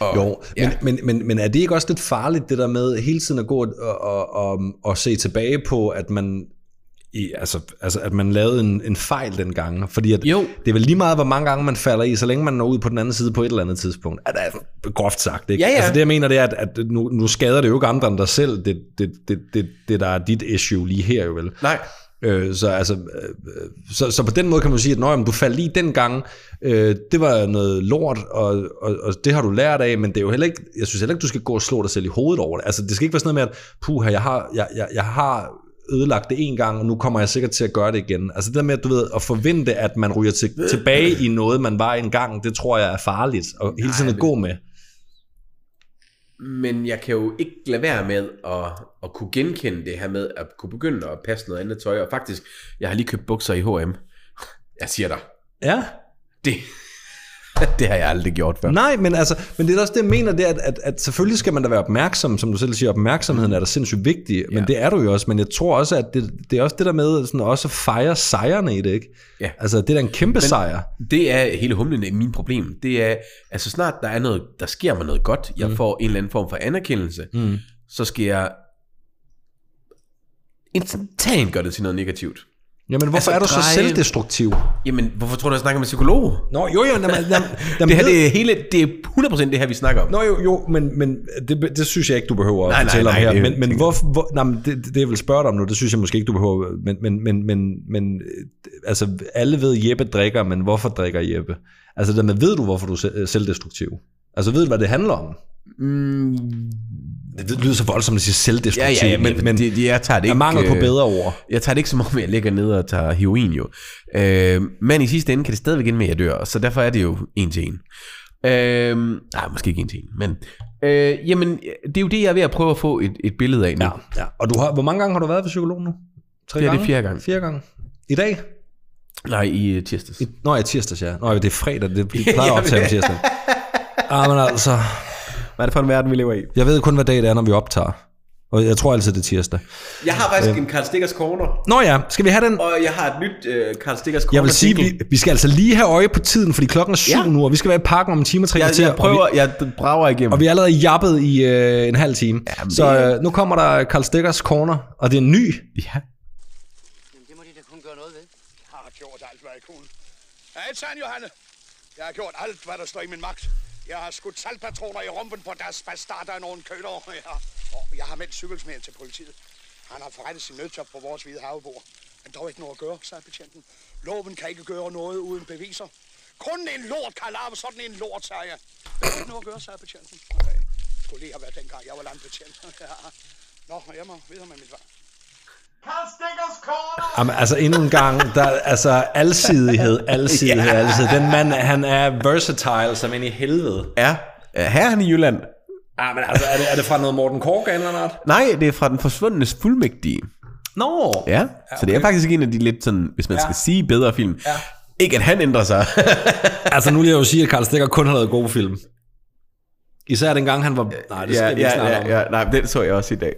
S1: Og,
S2: Jo,
S1: ja.
S2: men, men, men, men er det ikke også lidt farligt, det der med hele tiden at gå og, og, og, og se tilbage på, at man i, altså, altså, at man lavede en, en fejl dengang. Fordi at
S1: Jo.
S2: det er vel lige meget, hvor mange gange man falder i, så længe man når ud på den anden side på et eller andet tidspunkt. Er det groft sagt, ikke?
S1: Ja, ja.
S2: Altså det, jeg mener, det er, at, at nu, nu skader det jo ikke andre end dig selv. Det, det, det, det, det der er dit issue lige her, jo vel?
S1: Nej,
S2: Øh, så, altså, øh, øh, så, så på den måde kan man sige, at Nå, jamen, du faldt lige dengang, øh, det var noget lort, og, og, og det har du lært af, men det er jo heller ikke, jeg synes heller ikke, du skal gå og slå dig selv i hovedet over det. Altså, det skal ikke være sådan noget med, at puha, jeg har, jeg, jeg, jeg har ødelagt det en gang, og nu kommer jeg sikkert til at gøre det igen. Altså det der med, at du ved, at forvente, at man ryger til, tilbage i noget, man var engang, det tror jeg er farligt, og hele tiden at gå med.
S1: men jeg kan jo ikke lade være med at, at kunne genkende det her med at kunne begynde at passe noget andet tøj. Og faktisk, jeg har lige købt bukser i H&M. Jeg siger dig,
S2: Ja.
S1: det, det har jeg aldrig gjort før.
S2: Nej, men, altså, men det er også det, jeg mener, det er, at, at, at selvfølgelig skal man da være opmærksom, som du selv siger, opmærksomheden er da sindssygt vigtig, men det er du jo også, men jeg tror også, at det, det er også det der med sådan, også at fejre sejrene i det, ikke?
S1: Ja.
S2: Altså, det er da en kæmpe men, sejr.
S1: Det er hele humlen af min problem. Det er, at så snart der er noget, der sker mig noget godt, jeg mm. får en eller anden form for anerkendelse, mm. så skal jeg instantant gøre det til noget negativt.
S2: Jamen, hvorfor
S1: altså,
S2: altså, er du så
S1: dreje-
S2: selvdestruktiv?
S1: Jamen, hvorfor tror du, jeg snakker med psykolog?
S2: Nå, jo, jo, jamen, jamen, jamen,
S1: Det her, det er, hele, det er 100% det her, vi snakker om.
S2: Nå jo, jo, men, men det, det synes jeg ikke, du behøver at
S1: Nej, nej,
S2: fortælle
S1: nej,
S2: om
S1: det er-
S2: her. Men, men hvor, hvor, nej, men det, det, jeg vil spørge dig om nu, det synes jeg måske ikke, du behøver. Men, men, men, men, men øh, altså, alle ved, Jeppe drikker, men hvorfor drikker Jeppe? Altså, det der med, ved du, hvorfor du er se- øh, selvdestruktiv? Altså, ved du, hvad det handler om? Mm. Det lyder så voldsomt, at sige
S1: Ja,
S2: selvdestruktiv,
S1: ja, ja,
S2: men, men det,
S1: det, det, jeg tager det
S2: er
S1: ikke...
S2: mangel på
S1: øh,
S2: bedre ord.
S1: Jeg tager det ikke som om, jeg ligger nede og tager heroin jo. Øh, men i sidste ende kan det stadigvæk ende med, at jeg dør, så derfor er det jo en til en. Øh, nej, måske ikke en til en, men... Øh, jamen, det er jo det, jeg er ved at prøve at få et, et billede af nu.
S2: Ja, ja. Og du har, hvor mange gange har du været ved psykologen nu? Tre
S1: Det er det
S2: gange?
S1: fjerde gang.
S2: Fjerde gang. I dag?
S1: Nej, i øh, tirsdags.
S2: I- Nå, ja, tirsdags, ja. Nå, ja, det er fredag, det vi plejer at optage om tirsdag. Ah, men altså,
S1: Hvad er det for en verden, vi lever i?
S2: jeg ved kun, hvad dag det er, når vi optager. Og jeg tror altid, det er tirsdag.
S1: Jeg har faktisk en Karl Stikkers Corner,
S2: Nå ja, skal vi have den?
S1: og jeg har et nyt øh, Karl Stikkers Corner
S2: Jeg vil sige, vi, vi skal altså lige have øje på tiden, fordi klokken er syv
S1: Ja.
S2: nu, og vi skal være i parken om en time og tre
S1: jeg,
S2: kvarter.
S1: jeg prøver, jeg brager igennem.
S2: Og vi er allerede jappet i øh, en halv time.
S1: Jamen,
S2: så
S1: det
S2: øh, nu kommer der Karl Stikkers Corner, og det er en
S1: ja.
S2: ny.
S5: Jamen, det må de da kun gøre noget ved.
S4: har gjort alt, hvad jeg kunne. Jeg er et sand, Johanne. Jeg har gjort alt, hvad der står i min magt. Jeg har skudt saltpatroner i rumpen på deres bastarder og nogle køler. Ja. Og jeg har meldt cykelsmeden til politiet. Han har forrettet sin nødtop på vores hvide havebord. Men dog ikke noget at gøre, sagde betjenten. Loven kan ikke gøre noget uden beviser. Kun en lort kan larme sådan en lort, sagde jeg. Der er ikke noget at gøre, sagde betjenten. Okay. Det skulle lige have været dengang, jeg var landbetjent. Ja. Nå, jeg må videre med mit vej.
S2: Jamen, altså endnu en gang, der er altså alsidighed, alsidighed, alsidighed. Den mand, han er versatile som ind i helvede.
S1: Ja. Her er han i Jylland.
S2: Ah, men altså, er det, er det fra noget Morten Korgan eller noget?
S1: Nej, det er fra den forsvundne fuldmægtige.
S2: Nå! No.
S1: Ja, så det er faktisk ikke en af de lidt sådan, hvis man ja. skal sige bedre film. Ja. Ikke at han ændrer sig.
S2: Altså nu vil jeg jo sige, at Karl Stikker kun har lavet gode film. Især dengang han var... Nej, det skal Øh, ja, vi ikke ja, snakke ja, ja. om.
S1: ja, nej, den så jeg også i dag.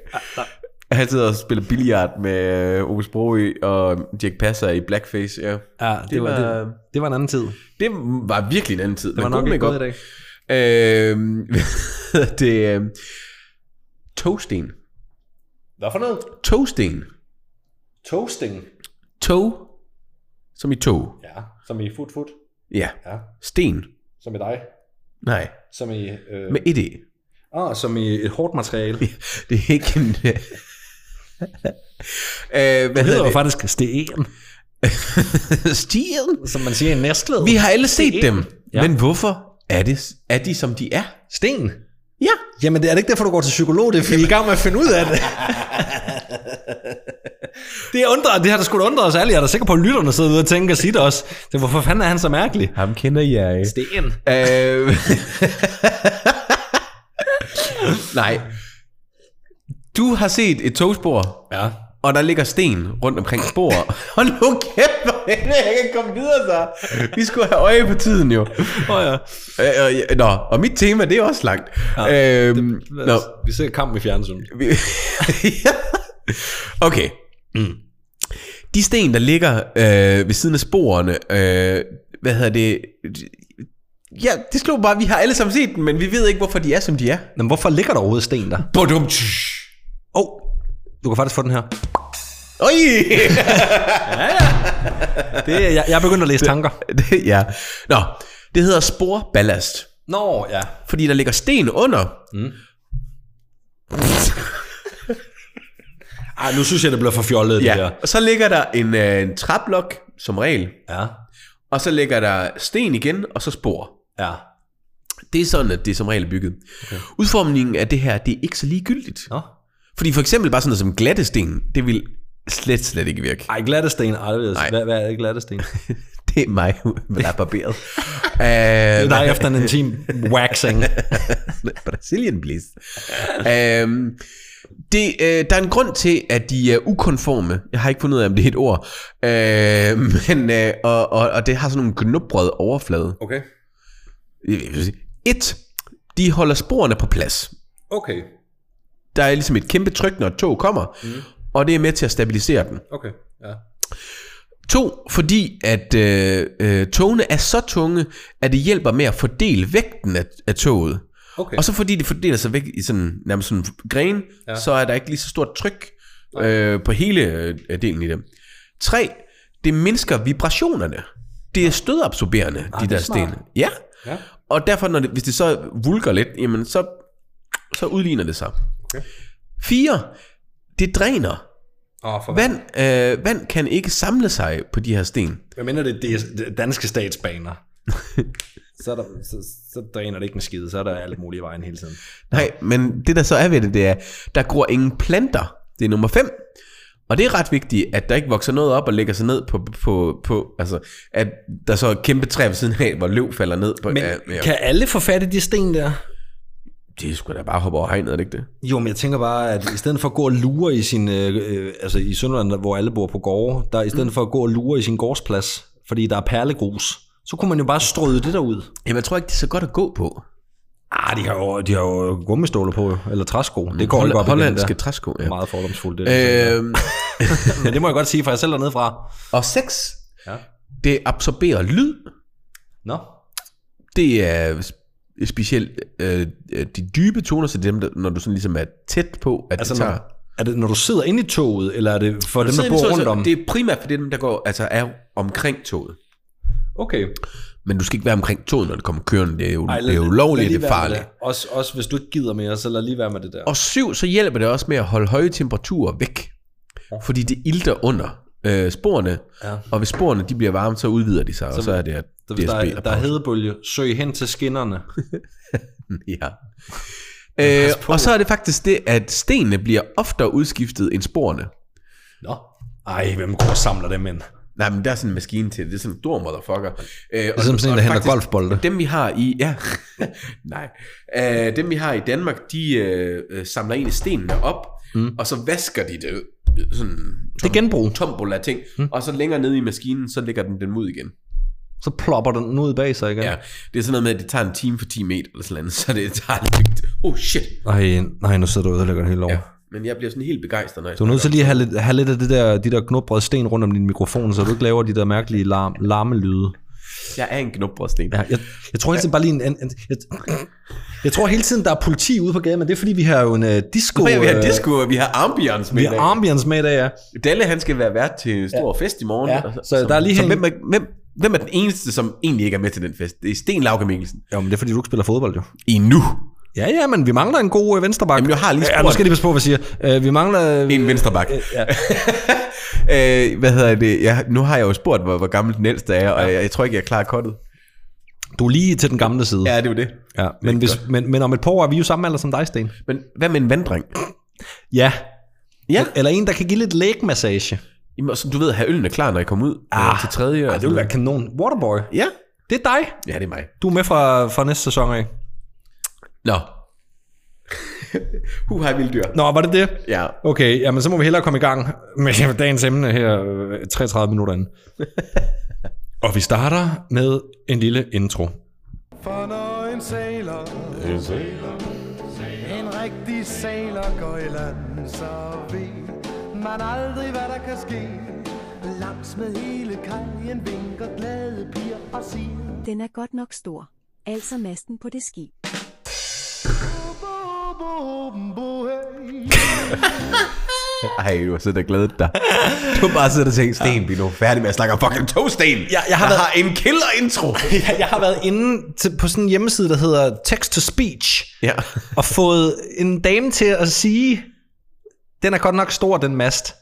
S1: Han sidder og spiller billiard med øh, Ove Sprogø og Jack Passer i Blackface. Ja.
S2: Ja, det, det, var,
S1: var-
S2: det, det var en anden tid. Det
S1: Det var virkelig en anden tid. Det
S2: var nok ikke gået i dag.
S1: Øhm, det er... Øh, Togsten.
S2: Hvad for noget?
S1: Togsten.
S2: Toasting.
S1: Tog. Som i tog.
S2: Ja, som i fut fut.
S1: Ja.
S2: Ja,
S1: Sten.
S2: som i dig.
S1: Nej.
S2: Som i... Øh,
S1: Med et e.
S2: ah, som i et hårdt materiale.
S1: Det er ikke en... øh, hvad
S2: Det hedder
S1: hedder
S2: jo
S1: det?
S2: faktisk Steen,
S1: Stilen.
S2: som man siger i Næstved.
S1: Vi har alle set dem.
S2: Ja.
S1: Ja. Men hvorfor er, det, er de, som de er?
S2: Sten?
S1: Ja.
S2: Jamen, det er det ikke derfor, du går til psykolog, det er fordi, vi er i gang med at finde ud af det. det, undrer, det har da sgu da undret os alle. Jeg er da sikker på, at lytterne sidder ude og tænker sig det også. Det, hvorfor fanden er han så mærkelig?
S1: Ham kender jeg.
S2: Sten.
S1: Øh, nej. Du har set et togspor.
S2: Ja.
S1: Og der ligger sten rundt omkring sporet. Hold nu kæft, hvor er det, jeg kan komme videre så. Vi skulle have øje på tiden jo.
S2: Oh, ja.
S1: Øh, øh, ja, nå, og mit tema, det er også langt. Ja, øhm, nå,
S2: Vi ser kamp i fjernsynet.
S1: vi- Ja. okay. Mm. De sten, der ligger øh, ved siden af sporene, øh, hvad hedder det? Ja, det slog bare, vi har alle sammen set dem, men vi ved ikke, hvorfor de er, som de er.
S2: Men hvorfor ligger der overhovedet sten der?
S1: Badum.
S2: Åh, oh, du kan faktisk få den her.
S1: Oj!
S2: Det, er- jeg, jeg er begyndt at læse tanker.
S1: Det- ja. Nå, det hedder sporballast.
S2: Nå, ja.
S1: Fordi der ligger sten under.
S2: Ej, nu synes jeg, det bliver for fjollet, det her.
S1: Ja. Og så ligger der en, øh, en traplok, som regel.
S2: Ja.
S1: Og så ligger der sten igen, og så spor.
S2: Ja.
S1: Det er sådan, at det er som regel bygget. Okay. Udformningen af det her, det er ikke så ligegyldigt.
S2: Nå.
S1: Fordi for eksempel bare sådan noget som glatte sten, det vil slet, slet ikke virke.
S2: Ej, glattesten. Ej, det ved jeg-
S1: Nej.
S2: hvad, hvad er det glattesten?
S1: Det er mig, der er barberet. Øh, Æh,
S2: Der er efter en intim waxing.
S1: Brazilian please. øhm, det, øh, der er en grund til, at de er ukonforme. Jeg har ikke fundet ud af, om det er et ord. Øh, men, øh, og, og, og det har sådan nogle gnubrede overflade.
S2: Okay.
S1: Jeg vil sige, Et, de holder sporene på plads.
S2: Okay,
S1: Der er ligesom et kæmpe tryk, når et tog kommer, mm. og det er med til at stabilisere den.
S2: okay, ja.
S1: To, fordi at øh, øh, togene er så tunge, at det hjælper med at fordele vægten af, af toget.
S2: Okay.
S1: Og så fordi det fordeler sig væk i sådan, nærmest sådan en gren, ja. så er der ikke lige så stort tryk øh, på hele øh, delen i det. Tre, det mindsker vibrationerne. Det er stødabsorberende, de der sten. Ja.
S2: Ja.
S1: Og derfor, når det, hvis det så vulker lidt, jamen så, så udligner det sig.
S2: Okay.
S1: Fire, det dræner.
S2: Åh, for
S1: Vand, øh, vand kan ikke samle sig på de her sten.
S2: Hvad mener det, det er det er danske statsbaner? så, er der, så, så dræner det ikke en skide, så er der alt muligt i vejen hele tiden.
S1: Nej, men det der så er ved det, det er, der gror ingen planter. Det er nummer 5. Og det er ret vigtigt, at der ikke vokser noget op og lægger sig ned på, på, på altså, at der så er et kæmpe træ ved siden af, hvor løv falder ned på.
S2: Men
S1: ja, ja.
S2: kan alle få fat i de sten der?
S1: Det skulle da bare hoppe over hegnet, er det ikke det?
S2: Jo, men jeg tænker bare, at i stedet for at gå og lure i sin, øh, øh, altså i Sønderland, hvor alle bor på gårde, der i stedet for at gå og lure i sin gårdsplads, fordi der er perlegrus, så kunne man jo bare strøde det derud.
S1: Jamen, jeg tror ikke, det er så godt at gå på.
S2: Ah, de har jo, de har jo gummiståler på, jo, eller træsko. Det går
S1: Hold,
S2: ikke op igen,
S1: hollandske
S2: der.
S1: træsko,
S2: Ja.
S1: ja.
S2: Meget fordomsfuldt, det. Øh.
S1: Øhm,
S2: Men det må jeg godt sige, for jeg selv er nede fra.
S1: og 6,
S2: Ja.
S1: det absorberer lyd.
S2: Nå.
S1: Det er sp- specielt øh, de dybe toner, så det er dem, der, når du sådan ligesom er tæt på, at
S2: Altså,
S1: det tager...
S2: når, er det, når du sidder inde i toget, eller er det for dem, der
S1: Tiden, så-
S2: bor rundt
S1: så-
S2: om?
S1: Det er primært for dem, der går, altså er omkring toget.
S2: Okay.
S1: Men du skal ikke være omkring toget, når det kommer kørende. Det er jo, Ej,
S2: lad-
S1: det er jo
S2: lad-
S1: lovligt,
S2: lad lige
S1: det er
S2: være med
S1: farligt.
S2: Det. Også, også hvis du ikke gider mere, så lad lige være med det der.
S1: Og syv, så hjælper det også med at holde høje temperaturer væk. Fordi det ilter under øh, sporene.
S2: Ja.
S1: Og hvis sporene de bliver varme, så udvider de sig. Så, og så er det, at
S2: Så
S1: DSB
S2: hvis der, er, der er
S1: pause.
S2: hedebølge, søg hen til skinnerne.
S1: Ja. Øh, og så er det faktisk det, at stenene bliver oftere udskiftet end sporene.
S2: Nå. Ej, hvem går og samler dem ind?
S1: Nej, men der er sådan en maskine til det. Det er sådan en stor motherfucker. Øh, det er
S2: som sådan en, der henter golfbolde.
S1: Dem vi har i... Ja, nej. Øh, dem vi har i Danmark, de øh, øh, samler egentlig stenene op, mm. og så vasker de det øh, sådan... Tom,
S2: Det er genbrug.
S1: Tombola ting. Mm. Og så længere nede i maskinen, så lægger den den ud igen.
S2: Så plopper den ud bag sig igen.
S1: Ja. Det er sådan noget med, at det tager en time for 10 meter eller sådan noget, så det tager lidt... Oh shit!
S2: Ej, nej, nu sidder du og ødelægger det hele over.
S1: Ja. Men jeg bliver sådan helt begejstret, når jeg
S2: Du er nødt til lige at have lidt, have lidt af det der, de der knubrede sten rundt om din mikrofon, så du ikke laver de der mærkelige larm, larmelyde.
S1: Jeg er en knopbrødsten.
S2: Ja, jeg, jeg tror hele tiden bare lige en... en, en jeg, jeg tror hele tiden, der er politi ude på gaden, men det er fordi, vi har jo en uh, disco...
S1: Ja, vi har
S2: øh,
S1: disco, og vi har ambiance med
S2: Vi
S1: i dag.
S2: har ambience med i dag, ja.
S1: Dalle, han skal være vært til en stor ja. fest i morgen.
S2: Ja,
S1: Og
S2: så der er lige
S1: så
S2: her-
S1: hvem, er, hvem, hvem er den eneste, som egentlig ikke er med til den fest? Det er Sten Lauke Mikkelsen.
S2: Jo, men det er fordi, du ikke spiller fodbold, jo.
S1: Endnu.
S2: Ja, ja, men vi mangler en god øh, venstreback.
S1: Jamen, jeg har lige
S2: Ja, nu
S1: spurgt.
S2: skal jeg lige passe på, hvad jeg siger. Øh, vi mangler...
S1: En venstrebak.
S2: ja.
S1: øh, hvad hedder det? Jeg, nu har jeg jo spurgt, hvor, hvor gammel den ældste er, og jeg, jeg tror ikke, jeg klarer kottet.
S2: Du er lige til den gamle side.
S1: Ja, det er jo det.
S2: ja men, hvis, men, men om et par år er vi jo samme alder som dig, Sten.
S1: Men hvad med en vanddreng?
S2: Ja.
S1: Ja.
S2: Eller en, der kan give lidt lægmassage.
S1: Jamen, og som du ved, have øllen er klar, når jeg kommer ud ah, til tredje. og
S2: Ej, det
S1: sådan
S2: ville være kanon. Waterboy.
S1: noget. Ja.
S2: Det er dig.
S1: Ja, det er mig.
S2: Du er med fra, fra næste sæson af.
S1: Nå. Hu har vildt dyr.
S2: Nå, var det det?
S1: Ja.
S2: Okay, jamen så må vi hellere komme i gang med dagens emne her, øh, 33 minutter inden. Og vi starter med en lille intro.
S6: For når en sailor, en sailor, en rigtig sailor går i land, så ved man aldrig, hvad der kan ske. Langs med hele kajen vinker glade piger og siger,
S7: Den er godt nok stor. Altså masten på det skib.
S6: bo, bo, bo, hey.
S1: Ej, du har siddet og glædet dig. Du har bare siddet og tænkt, Sten, vi er nu færdig med at snakke om fucking togsten.
S2: jeg har været-
S1: har en killer intro.
S2: Jeg, jeg har været inde til, på sådan en hjemmeside, der hedder Text to Speech,
S1: ja.
S2: og fået en dame til at sige, den er godt nok stor, den mast.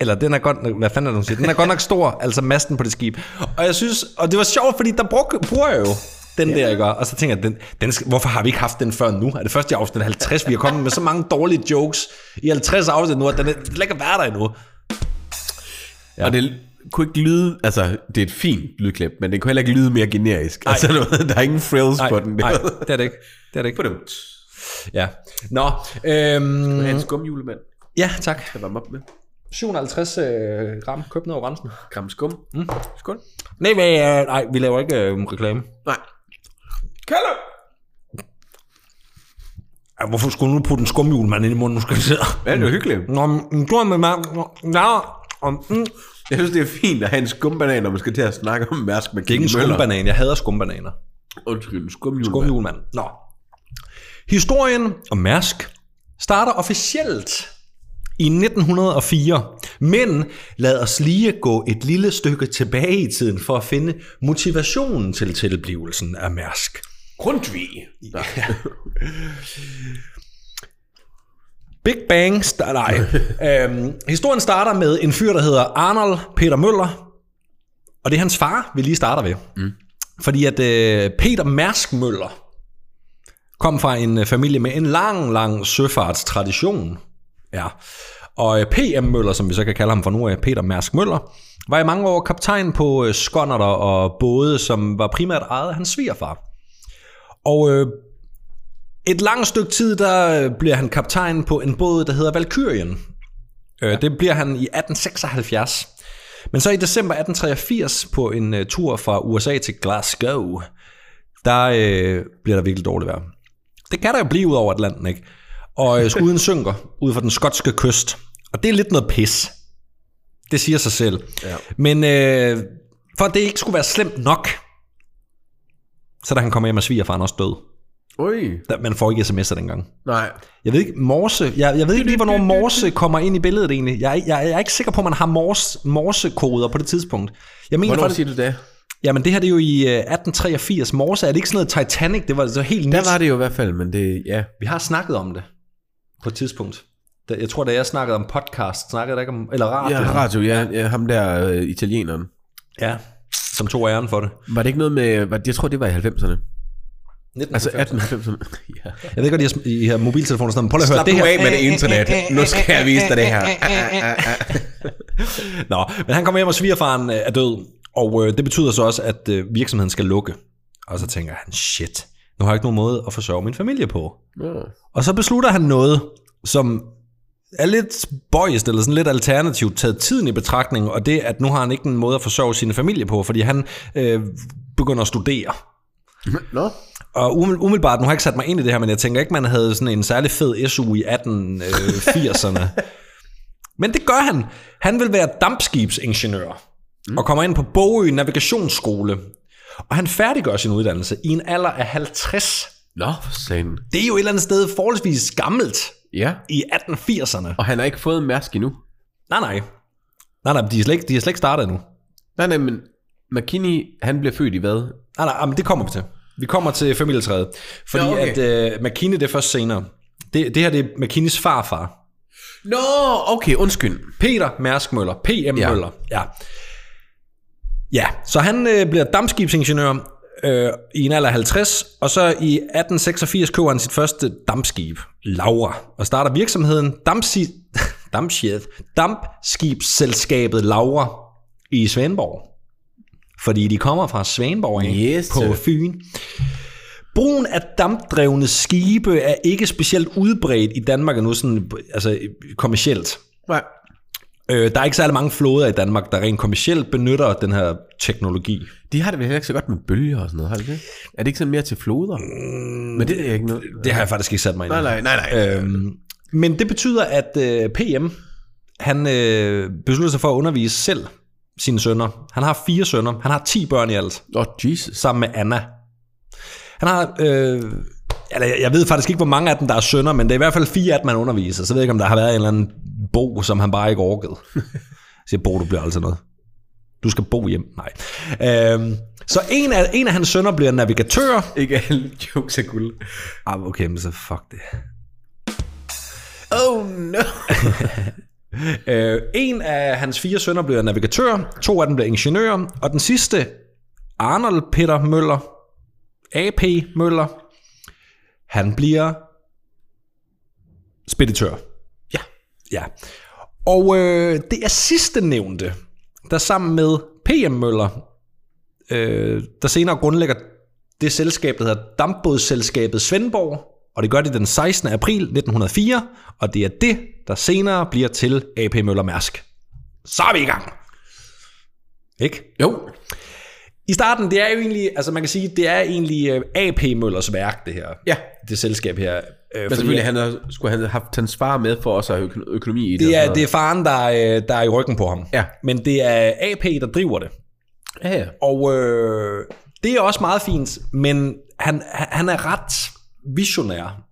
S2: Eller den er godt, hvad fanden er det, hun siger? Den er godt nok stor, altså masten på det skib. Og jeg synes, og det var sjovt, fordi der brug, bruger jeg jo den der, ikke? Og så tænker jeg, den, den skal, hvorfor har vi ikke haft den før nu? Er det første i afsnit 50? Vi har kommet med så mange dårlige jokes i 50 afsnit nu, at den er, den er ikke at være der endnu.
S1: ja. Og det kunne ikke lyde, altså det er et fint lydklip, men det kunne heller ikke lyde mere generisk. Ej. Altså du ved, der er ingen frills
S2: Nej,
S1: på den.
S2: nej, det er det ikke. Det er det ikke.
S1: Dumt.
S2: Ja. Nå, øhm,
S1: Hans skumhjulemand,
S2: ja, tak.
S1: der varmer op med.
S2: 750 øh, gram købt ned over grænsen.
S1: Kram skum. Mm. Skål.
S2: Nej, hvad, øh, nej, vi laver ikke øh, øhm, reklame.
S1: Nej. Kalle!
S2: Ja, hvorfor skulle du nu putte en skumhjulmand ind i munden, nu skal vi sidde?
S1: Ja, det er jo hyggeligt.
S2: Nå, men du er med mig. Ja, om, mm.
S1: Jeg synes, det er fint at have en skumbanan, når man skal til at snakke om Mærsk med
S2: Det er ikke en skumbanan. Jeg hader skumbananer.
S1: Undskyld, en skumhjul.
S2: Skumhjulmand. Nå. Historien om Mærsk starter officielt i 1904, men lad os lige gå et lille stykke tilbage i tiden for at finde motivationen til tilblivelsen af Mærsk.
S1: Grundtvig. Ja.
S2: Big Bang, sta- nej. øhm, historien starter med en fyr, der hedder Arnold Peter Møller, og det er hans far, vi lige starter ved. Mm. Fordi at øh, Peter Mærsk Møller kom fra en øh, familie med en lang, lang søfartstradition. Ja. Og øh, P.M. Møller, som vi så kan kalde ham for nu af, Peter Mærsk Møller, var i mange år kaptajn på øh, skonnerter og både, som var primært ejet af hans svigerfar. Og øh, et langt stykke tid, der øh, bliver han kaptajn på en båd, der hedder Valkyrien. Øh, det bliver han i 1876. Men så i december 1883, på en øh, tur fra USA til Glasgow, der øh, bliver der virkelig dårligt vejr. Det kan der jo blive ud over Atlanten, ikke? Og øh, skuden synker ud fra den skotske kyst. Og det er lidt noget pis. Det siger sig selv. Ja. Men øh, for at det ikke skulle være slemt nok, så da han kommer hjem og svigerfaren også død.
S1: Oj.
S2: Der, man får ikke sms'er dengang.
S1: Nej.
S2: Jeg ved ikke, morse, jeg, jeg ved ikke lige, hvornår morse kommer ind i billedet egentlig. Jeg, jeg, jeg er ikke sikker på, at man har morse, morsekoder på det tidspunkt. Jeg mener
S1: Hvornår
S2: faktisk,
S1: siger du det?
S2: jamen det her det er jo i øh, 1883 morse. Er det ikke sådan noget Titanic? Det var så helt nyt.
S1: Der var det jo i hvert fald, men det, ja.
S2: Vi har snakket om det på et tidspunkt. Da- Jeg tror, da jeg snakkede om podcast, snakkede jeg ikke om, eller radio.
S1: Ja, radio, ja, ja ham der øh, italieneren.
S2: ja, som tog æren for det.
S1: Var det ikke noget med, var, jeg tror det var i 90'erne.
S2: 1990.
S1: Altså 1890'erne. ja.
S2: Jeg ved godt, at I har mobiltelefoner og sådan noget, men prøv lige at høre
S1: Slap
S2: det
S1: nu
S2: her.
S1: af med det internet. Nu skal jeg vise dig det her.
S2: Nå, men han kommer hjem, og svigerfaren øh, er død, og øh, det betyder så også, at øh, virksomheden skal lukke. Og så tænker han, shit, nu har jeg ikke nogen måde at forsørge min familie på. Og så beslutter han noget, som er lidt bøjst, eller sådan lidt alternativt, taget tiden i betragtning, og det, at nu har han ikke en måde at forsørge sin familie på, fordi han øh, begynder at studere.
S1: Nå.
S2: Og umiddelbart, umiddelbart, nu har jeg ikke sat mig ind i det her, men jeg tænker ikke, man havde sådan en særlig fed SU i øh, 1880'erne. men det gør han. Han vil være dampskibsingeniør mm. og kommer ind på Bogø Navigationsskole. Og han færdiggør sin uddannelse i en alder af 50.
S1: Nå, for satan.
S2: Det er jo et eller andet sted forholdsvis gammelt
S1: Ja.
S2: i 1880'erne.
S1: Og han har ikke fået en mærsk endnu.
S2: Nej, nej. Nej, nej, de er slet ikke, de er slet ikke startet endnu.
S1: Nej, nej, men McKinney, han blev født i hvad?
S2: Nej, nej, men det kommer vi til. Vi kommer til familietræet. Fordi
S1: Nå,
S2: ja,
S1: okay.
S2: okay. at øh, McKinney, det er først senere. Det, det her, det er McKinneys farfar.
S1: Nå, okay, undskyld.
S2: Peter Mærsk Møller, PM
S1: Ja.
S2: ja. Møller. Ja. ja, så han øh, bliver dampskibsingeniør øh, i en alder af 50, og så i 1886 køber han sit første dampskib, Laura, og starter virksomheden Dampsi, Dampskib, Dampskibsselskabet Laura i Svendborg. Fordi de kommer fra Svendborg ikke?
S1: Yes.
S2: på Fyn. Brugen af dampdrevne skibe er ikke specielt udbredt i Danmark endnu, sådan, altså kommercielt.
S1: Nej.
S2: Øh, der er ikke særlig mange flåder i Danmark, der rent kommercielt benytter den her teknologi.
S1: De har det vel heller ikke så godt med bølger og sådan noget, har de det? Er det ikke sådan mere til floder? Mm, Øh, men det er ikke noget.
S2: Det har jeg faktisk ikke sat mig ind i.
S1: Nej, nej, nej, nej.
S2: Øhm, men det betyder, at øh, PM, han øh, beslutter sig for at undervise selv sine sønner. Han har fire sønner. Han har ti børn i alt,
S1: Åh, oh, Jesus.
S2: sammen med Anna. Han har... Øh, eller jeg- jeg ved faktisk ikke, hvor mange af dem, der er sønner, men det er i hvert fald fire af dem, han underviser. Så jeg ved jeg ikke, om der har været en eller anden bog, som han bare ikke orkede. Jeg siger, Bo, du bliver altid noget. Du skal bo hjem. Nej. Øhm, så en af, en af hans sønner bliver navigatør,
S1: Ikke alle jokes er guld.
S2: Ah, okay, men så fuck det.
S1: Oh no.
S2: Øh, en af hans fire sønner bliver navigatør, to af dem bliver ingeniører, og den sidste, Arnold Peter Møller, AP Møller, han bliver speditør. Ja. Ja. Og øh, det er sidste nævnte, der sammen med PM Møller, øh, der senere grundlægger det selskab, der hedder Dampbådsselskabet Svendborg, og det gør de den 16. april 1904, og det er det, der senere bliver til AP Møller Mærsk. Så er vi i gang. Ikke?
S1: Jo.
S2: I starten, det er jo egentlig, altså man kan sige, det er egentlig øh, AP Møllers værk, det her.
S1: Ja.
S2: Det selskab her. Øh,
S1: Men selvfølgelig, han har, skulle han have haft hans far med for også at have øko- økonomi i det.
S2: Det
S1: og
S2: er,
S1: sådan
S2: det er faren, der, er, øh, der er i ryggen på ham.
S1: Ja.
S2: Men det er AP, der driver det.
S1: noget. Ja, ja.
S2: Og øh, det er også meget fint, men han, han han er ret visionær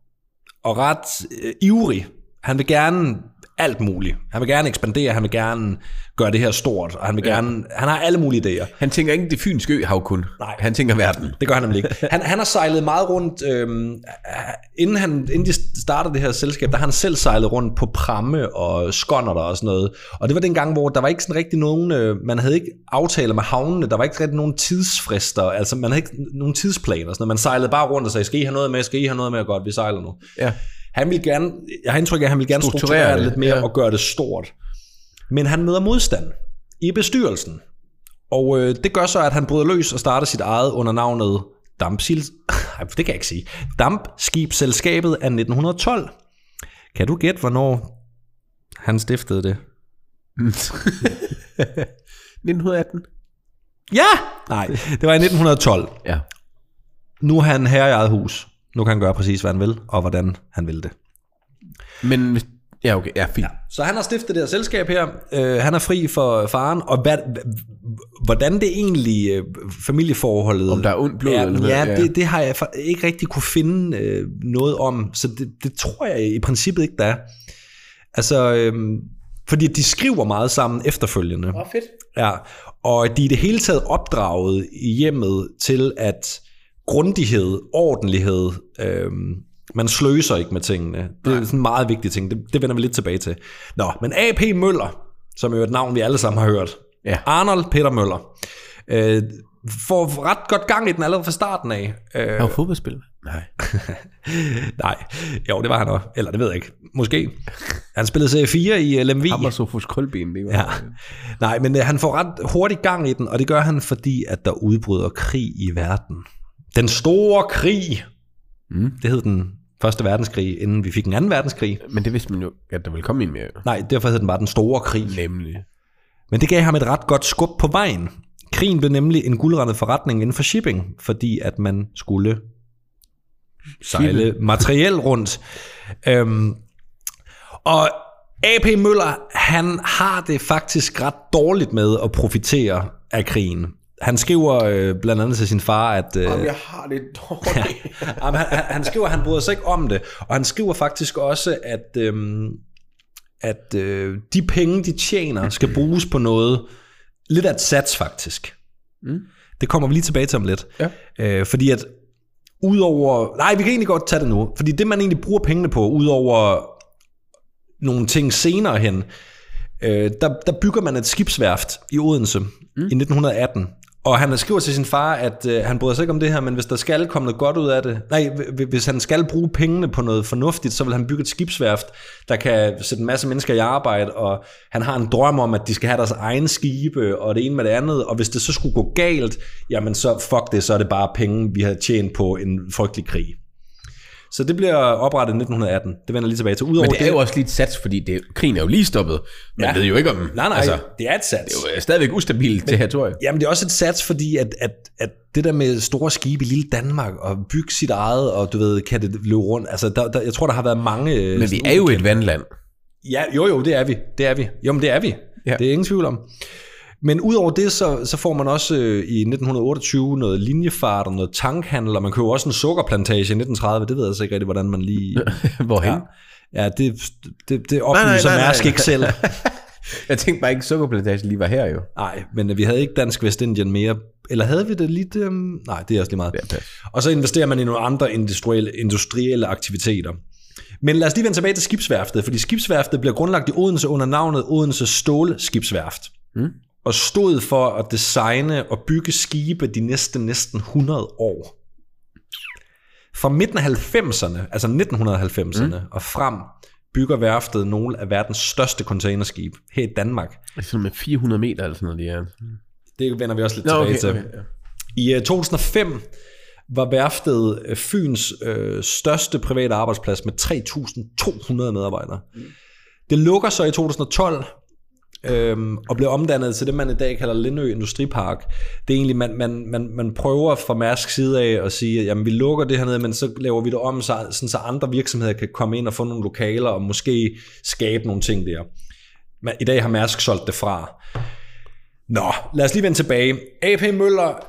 S2: og ret øh, ivrig. Han vil gerne alt muligt. Han vil gerne ekspandere, han vil gerne gøre det her stort, og han vil gerne... Han har alle mulige idéer.
S1: Han tænker ikke det fynske øhav kun.
S2: Nej.
S1: Han tænker verden.
S2: Det gør han nemlig ikke. Han, han har sejlet meget rundt, øhm, inden, han, inden de startede det her selskab, der har han selv sejlet rundt på pramme og skonder og sådan noget. Og det var den gang, hvor der var ikke sådan rigtig nogen, øh, man havde ikke aftaler med havnene, der var ikke rigtig nogen tidsfrister, altså man havde ikke nogen tidsplaner. og Sådan noget. Man sejlede bare rundt og sagde, skal I have noget med, skal I have noget med, godt, vi sejler nu.
S1: Ja.
S2: Han vil gerne, jeg har indtryk af, at han vil gerne strukturere,
S1: Strukturere
S2: strukturere det
S1: det,
S2: lidt mere
S1: ja.
S2: ja. og gøre det stort. Men han møder modstand i bestyrelsen. Og øh, det gør så, at han bryder løs og starter sit eget under navnet Dampsil... Ej, det kan jeg ikke sige. Dampskibsselskabet af 1912. Kan du gætte, hvornår han stiftede det?
S1: 1918.
S2: Ja! Nej, det var i 1912.
S1: Ja.
S2: Nu er han herre i eget hus. Nu kan han gøre præcis, hvad han vil, og hvordan han vil det.
S1: Men hvis- ja, okay. Ja, fint.
S2: Så han har stiftet det her selskab her. Øh, han er fri for faren, og hvad, h- hvordan det egentlig øh, familieforholdet...
S1: Om der er ondt blod,
S2: Ja,
S1: eller hvad?
S2: ja,
S1: Ja.
S2: Det, det har jeg fa- ikke rigtig kunne finde øh, noget om, så det, det tror jeg i princippet ikke, der er. Altså, øh, fordi de skriver meget sammen efterfølgende. Åh, oh, fedt. Ja, og de er i det hele taget opdraget i hjemmet til, at grundighed, ordentlighed, øh, man sløser ikke med tingene. Det er sådan en meget vigtig ting, det, det vender vi lidt tilbage til. Nå, men AP Møller, som jo er et navn, vi alle sammen har hørt.
S1: Ja.
S2: Arnold Peter Møller. Øh, får ret godt gang i den allerede fra starten af. Øh,
S1: Han var fodboldspiller. Nej.
S2: Nej, jo, det var han også. Eller det ved jeg ikke. Måske. Han spillede C4 i øh, Lemvig.
S1: Ham og Sofus Krølben, det var.
S2: Ja. Nej, men øh, han får ret hurtigt gang i den, og det gør han, fordi at der udbryder krig i verden. Den store krig. Mm. Det hed den første verdenskrig, inden vi fik en anden verdenskrig.
S1: Men det vidste man jo, at der ville komme en mere.
S2: Nej, derfor hed den bare den store krig.
S1: Nemlig.
S2: Men det gav ham et ret godt skub på vejen. Krigen blev nemlig en guldrendet forretning inden for shipping, fordi at man skulle sejle materiel rundt. Øhm, og AP Møller, han har det faktisk ret dårligt med at profitere af krigen. Han skriver øh, blandt andet til sin far, at... Øh,
S1: Jeg har det dårligt.
S2: Jamen, han, han- han skriver, at han bryder sig ikke om det, og han skriver faktisk også, at, øhm, at øh, de penge, de tjener, skal bruges på noget lidt af et sats faktisk. Mm. Det kommer vi lige tilbage til om lidt.
S1: Ja.
S2: Øh, fordi at udover... Nej, vi kan egentlig godt tage det nu. Fordi det, man egentlig bruger pengene på, udover nogle ting senere hen, øh, der, der bygger man et skibsværft i Odense mm. i 1918. Og han skriver til sin far, at øh, han bryder sig ikke om det her, men hvis der skal komme noget godt ud af det, nej, hv- hv- hvis han skal bruge pengene på noget fornuftigt, så vil han bygge et skibsværft, der kan sætte en masse mennesker i arbejde, og han har en drøm om, at de skal have deres egen skibe, og det ene med det andet, og hvis det så skulle gå galt, jamen så fuck det, så er det bare penge, vi har tjent på en frygtelig krig. Så det bliver oprettet i 1918. Det vender jeg lige tilbage til. Udover
S1: Men det er jo også lige et sats, fordi det, krigen er jo lige stoppet. Man
S2: Ja.
S1: ja. ved jo ikke om...
S2: Nej, nej, altså, det er et sats.
S1: det er jo stadigvæk ustabilt territorium.
S2: Jamen, det er også et sats, fordi at, at, at det der med store skibe i lille Danmark, og bygge sit eget, og du ved, kan det løbe rundt, altså, der, der, jeg tror, der har været mange... øh,
S1: Men vi er jo et vandland.
S2: Ja, jo, jo, det er vi. Det er vi. Jo, men det er vi. Ja.
S1: Ja.
S2: Det er ingen tvivl om. Men udover det, så, så får man også øh, i 1928 noget linjefart og noget tankhandel, og man køber også en sukkerplantage i 1930. Det ved jeg altså ikke rigtig, hvordan man lige...
S1: Hvorhen?
S2: Ja,
S1: Ja.
S2: ja det, det, det oplyser
S1: nej, nej.
S2: Mærsk ikke selv.
S1: Jeg tænkte bare ikke, sukkerplantagen lige var her jo.
S2: Nej, men vi havde ikke Dansk Vestindien mere. Eller havde vi det lidt? Øhm, nej, det er også lige meget.
S1: Ja, pas.
S2: og så investerer man i nogle andre industrielle, industrielle aktiviteter. Men lad os lige vende tilbage til skibsværftet, fordi skibsværftet bliver grundlagt i Odense under navnet Odense Stålskibsværft. Mm. Og stod for at designe og bygge skibe de næste næsten 100 år. Fra midten af 90'erne, altså 1990'erne mm. og frem, bygger værftet nogle af verdens største containerskibe her i Danmark.
S1: Det er sådan med 400 meter eller sådan noget, det er.
S2: Det vender vi også lidt
S1: Nå,
S2: Nå, tilbage
S1: okay,
S2: okay, til.
S1: okay, ja.
S2: I øh, 2005 var værftet øh, Fyns øh, største private arbejdsplads med 3.200 medarbejdere. Det lukker så i 2012, øhm, og blev omdannet til det, man i dag kalder Lindø Industripark. Det er egentlig, man, man, man, man prøver fra Mærsk side af at sige, at jamen, vi lukker det hernede, men så laver vi det om, så, sådan, så andre virksomheder kan komme ind og få nogle lokaler og måske skabe nogle ting der. Men i dag har Mærsk solgt det fra. Nå, lad os lige vende tilbage. AP Møller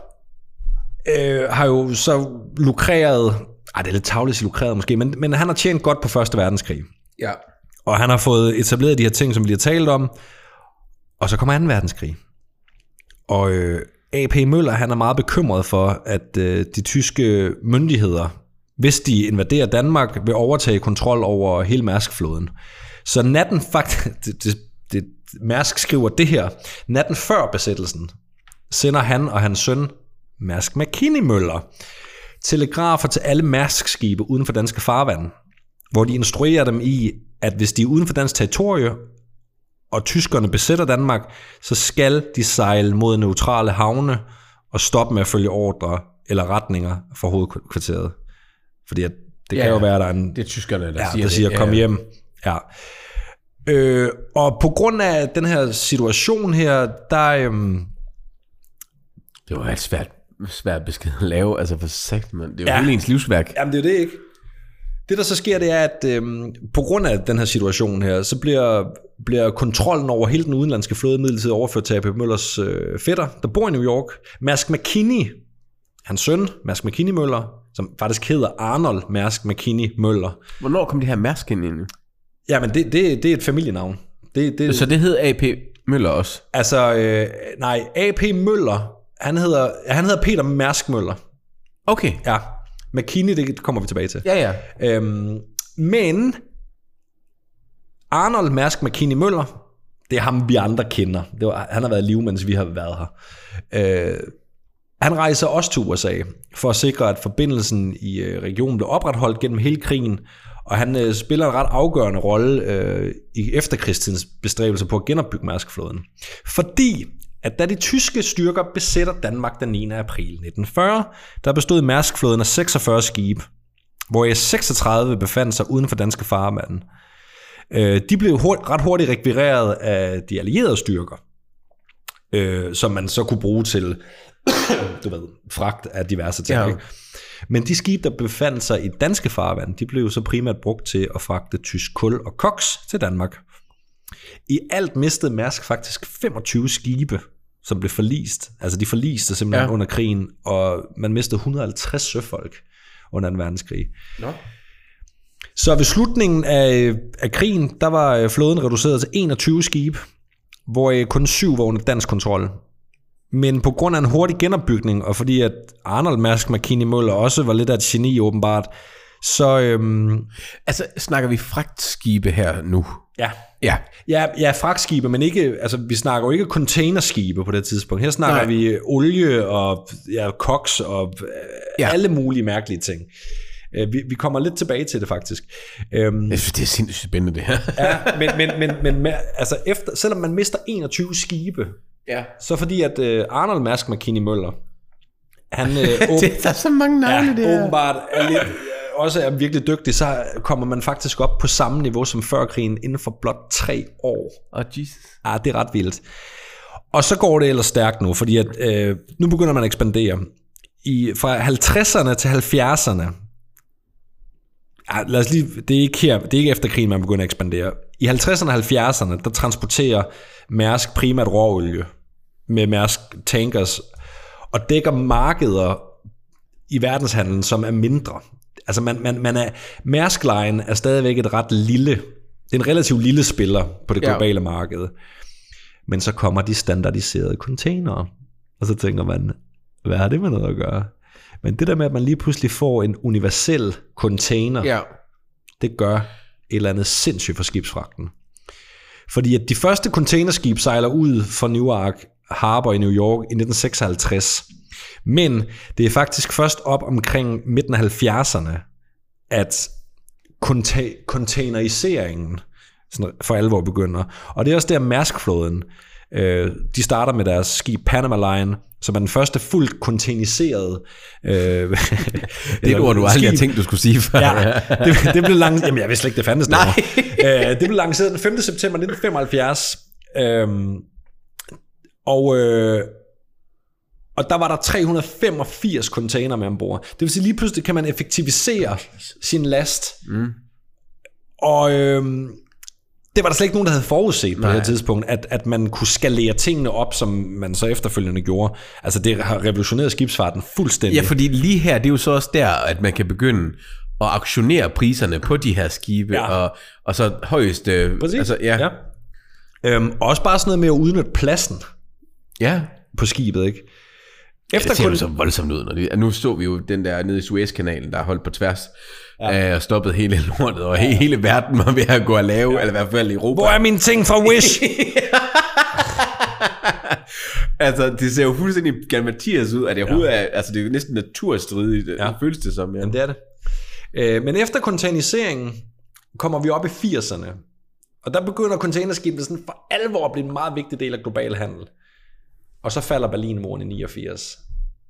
S2: øh, har jo så lukreret, ej det er lidt tavligt at sige lukreret måske, men, men han har tjent godt på Første Verdenskrig.
S1: Ja.
S2: Og han har fået etableret de her ting, som vi lige har talt om. Og så kommer 2. verdenskrig. Og øh, AP Møller, han er meget bekymret for, at øh, de tyske myndigheder, hvis de invaderer Danmark, vil overtage kontrol over hele Mærskfloden. Så natten faktisk... Det, det, det, Mærsk skriver det her. Natten før besættelsen sender han og hans søn Mærsk McKinney Møller telegrafer til alle Mærsk-skibe uden for danske farvand, hvor de instruerer dem i, at hvis de er uden for dansk territorie, og tyskerne besætter Danmark, så skal de sejle mod neutrale havne og stoppe med at følge ordre eller retninger fra hovedkvarteret. Fordi at det ja,
S1: Ja,
S2: kan
S1: ja.
S2: jo være, at der er en
S1: Det er tyskerne, der
S2: ja,
S1: siger
S2: der siger,
S1: det.
S2: kom
S1: ja.
S2: hjem. Ja. Øh, og på grund af den her situation her, der, øhm,
S1: Det var et svært, svært besked at lave, altså for sagt, man. Det var
S2: Ja.
S1: ja. hele ens livsværk.
S2: Jamen, det er jo det ikke. Det, der så sker, det er, at øhm, på grund af den her situation her, så bliver, bliver kontrollen over hele den udenlandske flåde midlertidigt overført til A.P. Møllers øh, fætter, der bor i New York. Mærsk McKinney, hans søn, Mærsk McKinney Møller, som faktisk hedder Arnold Mærsk McKinney Møller.
S1: Hvornår kom det her Mærsk ind? egentlig?
S2: Jamen, det, det, det er et familienavn. Det, det,
S1: Så det hed AP Møller også.
S2: Altså, øh, nej, A.P. Møller, han hedder, han hedder Peter Mærsk Møller.
S1: Okay.
S2: Ja, McKinney, det kommer vi tilbage til.
S1: Ja, ja.
S2: Øhm, men Arnold Mærsk McKinney Møller, det er ham, vi andre kender. Det var, han har været i live, mens vi har været her. Øh, han rejser også til USA for at sikre, at forbindelsen i øh, regionen blev opretholdt gennem hele krigen, og han øh, spiller en ret afgørende rolle øh, i efterkrigstidens bestræbelser på at genopbygge Mærskflåden. Fordi at da de tyske styrker besætter Danmark den 9. april 1940, der bestod Mærskflåden af 46 skibe, hvor 36 befandt sig uden for danske farvand. Øh, de blev hurt, ret hurtigt rekvireret af de allierede styrker, øh, som man så kunne bruge til du ved, fragt af diverse ting. Ja.
S1: Ja.
S2: Ikke? Men de skibe, der befandt sig i danske farvand, de blev så primært brugt til at fragte tysk kul og koks til Danmark. I alt mistede Mærsk faktisk 25 skibe, som blev forlist. Altså de forliste simpelthen ja.
S1: Ja.
S2: under krigen, og man mistede 150 søfolk under 2. verdenskrig.
S1: Nå.
S2: Så ved slutningen af, af krigen, der var øh, flåden reduceret til 21 skibe, hvor øh, kun syv var under dansk kontrol. Men på grund af en hurtig genopbygning, og fordi at Arnold Mærsk McKinney Møller også var lidt af et geni åbenbart, så øhm,
S1: Altså, snakker vi fragtskibe her nu?
S2: ja,
S1: Ja.
S2: Ja, ja, fragtskibe, men ikke, altså, vi snakker jo ikke containerskibe på det tidspunkt. Her snakker Nej.
S1: Nej.
S2: vi øh, olie og ja, koks og øh, ja.
S1: Ja.
S2: alle mulige mærkelige ting. Øh, Vi, vi kommer lidt tilbage til det faktisk. Øhm,
S1: Jeg synes, det er sindssygt spændende, det her.
S2: ja, men, men, men, men men, altså efter, selvom man mister 21 skibe,
S1: Ja.
S2: så fordi at øh, Arnold Mærsk McKinney Møller, han øh, åb-
S1: Det, der er så mange navne, det
S2: ja,
S1: her.
S2: åbenbart er lidt, også er virkelig dygtig, så kommer man faktisk op på samme niveau som før krigen inden for blot tre år.
S1: Og Jesus.
S2: Ah, det er ret vildt. Og så går det ellers stærkt nu, fordi at, øh, nu begynder man at ekspandere. I, fra 50'erne til 70'erne, ah, lad os lige, det, er ikke her, det er ikke efter krigen, man begynder at ekspandere. I 50'erne og 70'erne, der transporterer Mærsk primært råolie med Mærsk tankers, og dækker markeder i verdenshandlen, som er mindre. Altså man, man, man er, Mærsk Line er stadigvæk et ret lille, det er en relativt lille spiller på det
S1: Ja.
S2: globale ja. marked. Men så kommer de standardiserede containere, og så tænker man, hvad har det med noget at gøre? Men det der med, at man lige pludselig får en universel container,
S1: Ja.
S2: det gør et eller andet sindssygt for skibsfragten. Fordi at de første containerskib sejler ud fra Newark Harbor i New York i 1956. Men det er faktisk først op omkring midten af 70'erne, at conta- containeriseringen sådan for alvor begynder. Og det er også der Mærskflåden, øh, de starter med deres skib Panama Line, som er den første fuldt containerede. Øh,
S1: Det er et ord, du aldrig har tænkt, du skulle sige før.
S2: Ja, det, det blev lanceret... Jamen, jeg vidste slet ikke, det fandtes
S1: Nej.
S2: derovre. Øh, det blev lanceret den 5. september 1975 Øhm, og, øh, og der var der 385 container med ombord. Det vil sige, lige pludselig kan man effektivisere sin last. Mm. Og øhm, det var der slet ikke nogen, der havde forudset på Nej. det her tidspunkt, at, at man kunne skalere tingene op, som man så efterfølgende gjorde. Altså det har revolutioneret skibsfarten
S1: Ja,
S2: fuldstændig.
S1: fordi lige her, det er jo så også der, at man kan begynde at aktionere priserne på de her skibe,
S2: Ja.
S1: ja. og, og så højst... Øh,
S2: Præcis.
S1: Altså, ja.
S2: ja.
S1: ja.
S2: Øhm, også bare sådan noget med at udnytte pladsen
S1: ja.
S2: på skibet, ikke? Altså,
S1: Det
S2: Efter
S1: ser
S2: kun,
S1: jo så voldsomt ud. Når det, nu så vi jo den der nede i Suezkanalen, der er holdt på tværs, ja. øh, og stoppet hele lortet, og he, hele verden var ved at gå og lave, ja. eller i hvert fald Europa.
S2: hvor er mine ting fra Wish?
S1: Altså, det ser jo fuldstændig Galmathias ud, at det overhovedet er, altså det er jo næsten naturstridigt, ja. føles det som. Ja.
S2: Jamen, det er det. Øh, men efter containiseringen kommer vi op i 80'erne. Og der begynder containerskibene sådan for alvor at blive en meget vigtig del af global handel. Og så falder Berlinmuren i 89.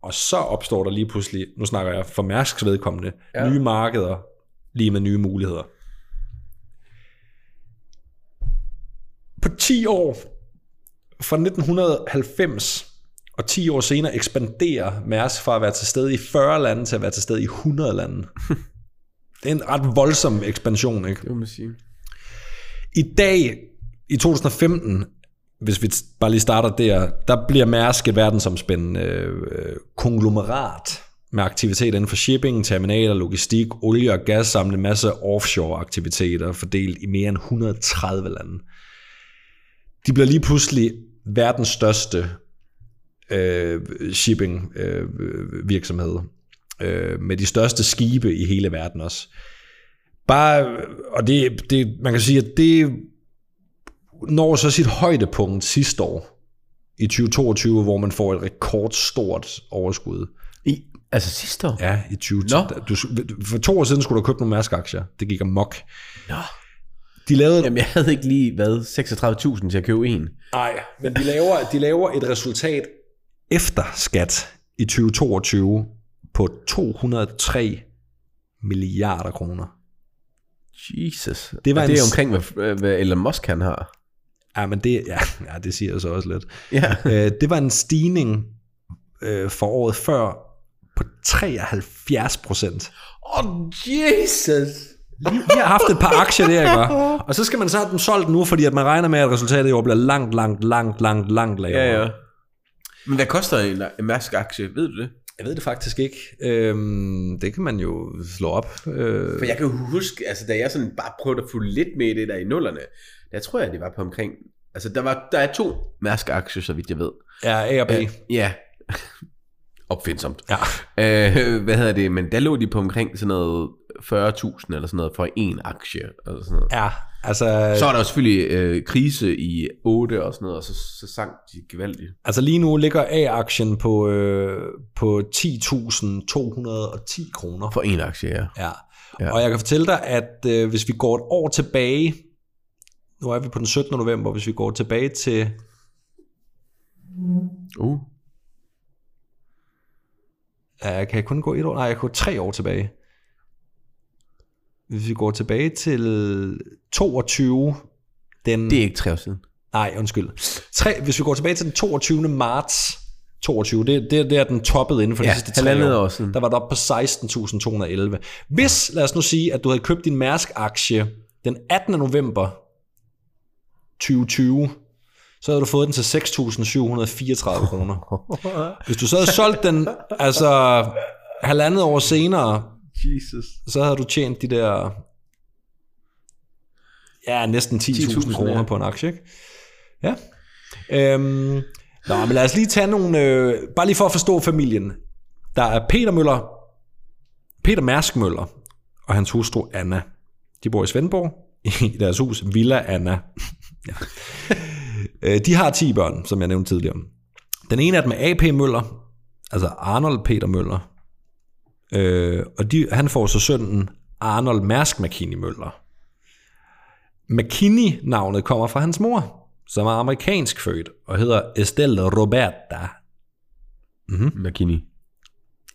S2: Og så opstår der lige pludselig, nu snakker jeg for Mærsks vedkommende, ja. nye markeder lige med nye muligheder. På 10 år, fra 1990 og 10 år senere, ekspanderer Mærsk fra at være til stede i 40 lande til at være til stede i 100 lande. Det er en ret voldsom ekspansion, ikke?
S1: må man sige.
S2: I dag, i 2015, hvis vi bare lige starter der, der bliver Mærsk et verdensomspændende øh, konglomerat med aktiviteter inden for shipping, terminaler, logistik, olie og gas, samt en masse offshore-aktiviteter fordelt i mere end 130 lande. De bliver lige pludselig verdens største øh, shipping øh, virksomhed, øh, med de største skibe i hele verden også bare, og det, det, man kan sige, at det når så sit højdepunkt sidste år i 2022, hvor man får et rekordstort overskud.
S1: I, altså sidste år?
S2: Ja, i 20.
S1: Nå.
S2: Du, for to år siden skulle du have købt nogle Mærsk-aktier. Det gik amok. Nå. De lavede,
S1: Jamen, jeg havde ikke lige været 36.000 til at købe en.
S2: Nej, men de laver, de laver et resultat efter skat i 2022 på 203 milliarder kroner.
S1: Jesus.
S2: Det
S1: Det,
S2: var
S1: var
S2: en
S1: det er
S2: s-
S1: omkring, hvad, hvad Elon Musk han har.
S2: Ja, men det, ja, ja, det siger jeg så også lidt.
S1: Ja.
S2: Øh, det var en stigning øh, for året før på 73 procent.
S1: Åh, oh, Jesus.
S2: Vi har haft et par aktier der, ikke hva'? Og så skal man så have dem solgt nu, fordi at man regner med, at resultatet i år bliver langt, langt, langt, langt, langt lavere.
S1: Ja, ja. Men hvad koster en, en Mærsk-aktie, ved du det?
S2: Jeg ved det faktisk ikke. Øhm, det kan man jo slå op. Øh,
S1: For jeg kan jo huske, altså da jeg sådan bare prøvede at fulde lidt med i det der i nullerne, der tror jeg, det var på omkring... Altså, der, var, der er to Mærsk-aktier, så vidt jeg ved.
S2: ja, A og B.
S1: Øh, Ja. Opfindsomt.
S2: Ja.
S1: Øh, hvad hedder det? Men der lå de på omkring sådan noget 40.000 eller sådan noget for en aktie. Eller sådan noget.
S2: Ja, altså,
S1: Så er der jo selvfølgelig øh, krise i 8 og sådan noget, og så, så sank de gevaldigt.
S2: altså lige nu ligger A-aktien på, øh, på 10.210 kroner.
S1: For en aktie, ja.
S2: Ja. ja.
S1: Ja.
S2: Og jeg kan fortælle dig, at øh, hvis vi går et år tilbage, nu er vi på den 17. november, hvis vi går tilbage til
S1: Uh.
S2: Ja, kan jeg kun gå et år? Nej, jeg kan gå tre år tilbage. Hvis vi går tilbage til 22, den...
S1: Det er ikke tre år siden.
S2: Nej, undskyld. Tre, hvis vi går tilbage til den 22. marts 22, det, det, det er den toppede inden for ja, de
S1: Ja,
S2: sidste tre
S1: halvandet
S2: år.
S1: år siden.
S2: Der var det oppe på 16.211. Hvis, lad os nu sige, at du havde købt din Mærsk-aktie den 18. november 2020, så havde du fået den til 6.734 kroner. Hvis du så havde solgt den, altså halvandet år senere,
S1: Jesus.
S2: så havde du tjent de der ja, næsten 10.000
S1: 10.000,
S2: kroner
S1: ja.
S2: på en aktie, ikke? Ja. Øhm, nå, men lad os lige tage nogle, øh, bare lige for at forstå familien. Der er Peter Møller, Peter Mærsk Møller og hans hustru Anna. De bor i Svendborg i deres hus Villa Anna. Ja. Øh, de har 10 børn, som jeg nævnte tidligere. Den ene af dem er AP Møller, altså Arnold Peter Møller, Øh, og de, han får så sønnen Arnold Mærsk McKinney Møller. McKinney-navnet kommer fra hans mor, som er amerikansk født og hedder Estelle Roberta.
S1: McKinney.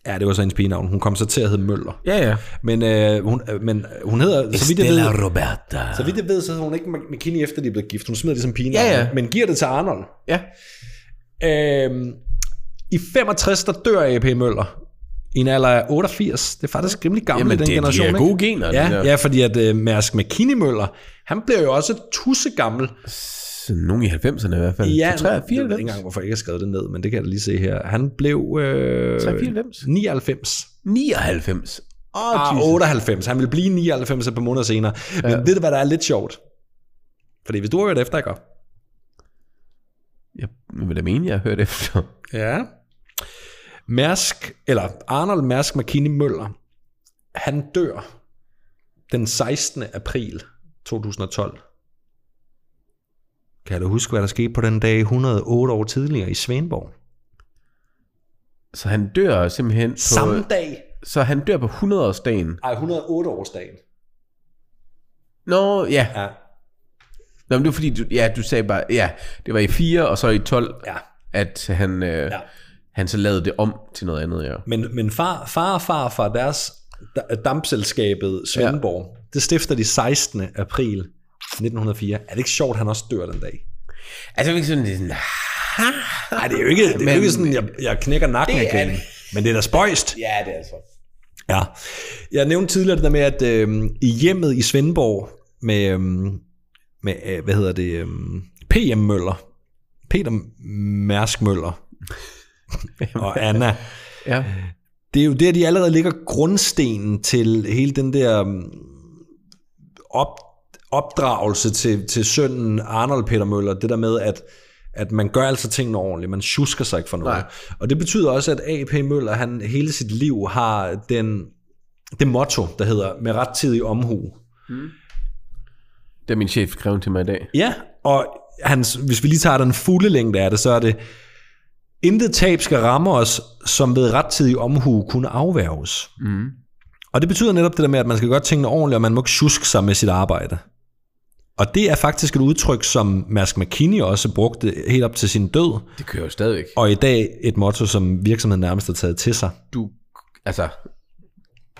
S2: Ja, det var så hendes pigenavn. Hun kom så til at hedde Møller.
S1: Ja, ja.
S2: Men, øh, hun, øh, men hun hedder... Så vidt, jeg
S1: Stella
S2: ved,
S1: Roberta.
S2: så vidt jeg ved, så hedder hun ikke Mc- McKinney efter, de er blevet gift. Hun smider det som pigenavn.
S1: Ja, ja.
S2: Men giver det til Arnold.
S1: Ja.
S2: Øhm, I 65, der dør A.P. Møller. I en alder af 88. Det er faktisk rimelig gammel
S1: Jamen,
S2: i den
S1: det, de
S2: generation.
S1: er
S2: ikke?
S1: gode gener. de
S2: Ja,
S1: der.
S2: ja, fordi at øh, Mærsk McKinney Møller, han bliver jo også tusse gammel.
S1: Sådan Nogle i 90'erne i hvert fald.
S2: Ja,
S1: Så 93.
S2: Øh, jeg ved ikke engang, hvorfor jeg ikke har skrevet det ned, men det kan jeg da lige se her. Han blev...
S1: Tre,
S2: Øh,
S1: 94.
S2: 99.
S1: 99. Åh,
S2: Ah,
S1: Jesus.
S2: 98. Han vil blive 99 et par måneder senere. Men
S1: Ja.
S2: ved du, hvad der er lidt sjovt? Fordi hvis du har hørt efter, jeg gør.
S1: Jeg vil da mene, jeg har hørt efter.
S2: Ja. Mærsk, eller Arnold Mærsk McKinney Møller, han dør den 16. april 2012. Kan du huske, hvad der skete på den dag 108 år tidligere i Svendborg?
S1: Så han dør simpelthen på...
S2: Samme dag.
S1: Så han dør på 100-årsdagen.
S2: Ej, 108 årsdagen.
S1: Nå, ja.
S2: Ja.
S1: Nå, men det var fordi, du, ja, du sagde bare, ja, det var i 4 og så i 12,
S2: Ja.
S1: at han, øh,
S2: Ja.
S1: ja. han så lavede det om til noget andet, ja.
S2: Men, men far, far og far fra deres da- dampselskabet Svendborg, ja. det stifter de 16. april 1904. Er det ikke sjovt, at han også dør den dag?
S1: Altså, det er ikke sådan, det er sådan,
S2: Nej, det er jo ikke, det er men,
S1: Men-
S2: ikke sådan, jeg, jeg knækker nakken
S1: Det
S2: af
S1: er
S2: grin.
S1: det.
S2: Men det er da spøjst.
S1: ja, det er altså.
S2: Ja. Jeg nævnte tidligere det der med, at øh, i hjemmet i Svendborg med, øh, med øh, hvad hedder det, øh, P.M. Møller, Peter Mærsk Møller og Anna,
S1: Ja.
S2: det er jo der, de allerede ligger grundstenen til hele den der mm, op, opdragelse til, til sønnen Arnold Peter Møller. Det der med, at, at man gør altså tingene ordentligt. Man tjusker sig ikke for noget. Nej.
S1: Nej.
S2: Og det betyder også, at A.P. Møller, han hele sit liv har den, det motto, der hedder med rettidig omhu.
S1: Det er min chef skrev til mig i dag.
S2: Ja, og hans, hvis vi lige tager den fulde længde af det, så er det, intet tab skal ramme os, som ved rettidig omhu kunne afværges. Mm. Og det betyder netop det der med, at man skal gøre tingene ordentligt, og man må ikke tjuske sig med sit arbejde. Og det er faktisk et udtryk, som Mask McKinney også brugte helt op til sin død,
S1: Det kører jo stadigvæk.
S2: og i dag et motto, som virksomheden nærmest har taget til sig.
S1: Du, altså,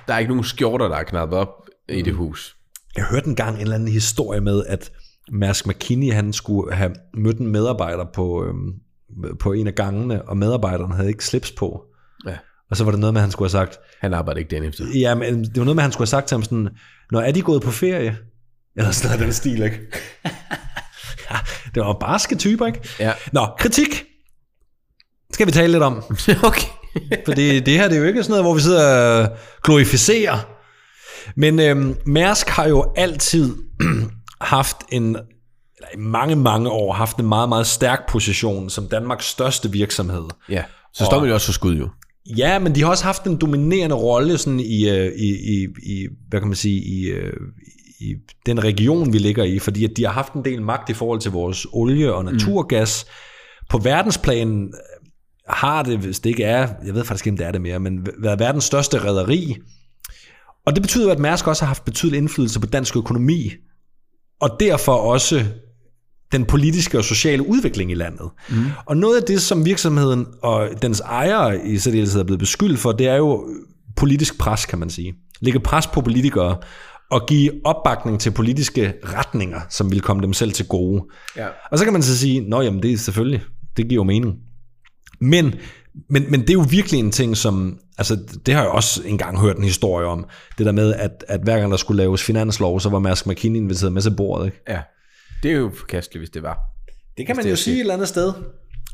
S1: der er ikke nogen skjorter, der er knappet op i det hus.
S2: Jeg hørte engang en eller anden historie med, at Mask McKinney han skulle have mødt en medarbejder på, øhm, på en af gangene, og medarbejderen havde ikke slips på.
S1: Ja.
S2: Og så var det noget med, at han skulle have sagt,
S1: Han arbejder ikke den efter.
S2: ja, men øhm, det var noget med, at han skulle have sagt til ham sådan, når er de gået på ferie? Eller sådan noget af den stil, ikke? ja, det var barske typer, ikke?
S1: Ja.
S2: Nå, kritik skal vi tale lidt om.
S1: okay.
S2: Fordi det her det er jo ikke sådan noget, hvor vi sidder og glorificerer. Men øhm, Mærsk har jo altid haft en, eller i mange, mange år, haft en meget, meget stærk position som Danmarks største virksomhed.
S1: Ja. Så står man jo også for skud, jo.
S2: Ja, men de har også haft en dominerende rolle sådan i, øh, i, i, i, hvad kan man sige, i, øh, i den region, vi ligger i, fordi at de har haft en del magt i forhold til vores olie og naturgas. Mm. På verdensplanen har det, hvis det ikke er, jeg ved faktisk ikke, om det er det mere, men været verdens største rederi. Og det betyder jo, at Mærsk også har haft betydelig indflydelse på dansk økonomi, og derfor også den politiske og sociale udvikling i landet. Mm. Og noget af det, som virksomheden og dens ejere i særdeleshed er blevet beskyldt for, det er jo politisk pres, kan man sige. Lægge pres på politikere og give opbakning til politiske retninger, som vil komme dem selv til gode.
S1: Ja.
S2: Og så kan man så sige, nå jamen, det er selvfølgelig, det giver jo mening. Men, men, men det er jo virkelig en ting, som... Altså, det har jeg også engang hørt en historie om. Det der med, at, at hver gang der skulle laves finanslov, så var Mærsk McKinney inviteret med til bordet. Ikke?
S1: Ja. Det er jo forkasteligt, hvis det var.
S2: Altså, Det kan
S1: man jo sige
S2: et eller andet sted.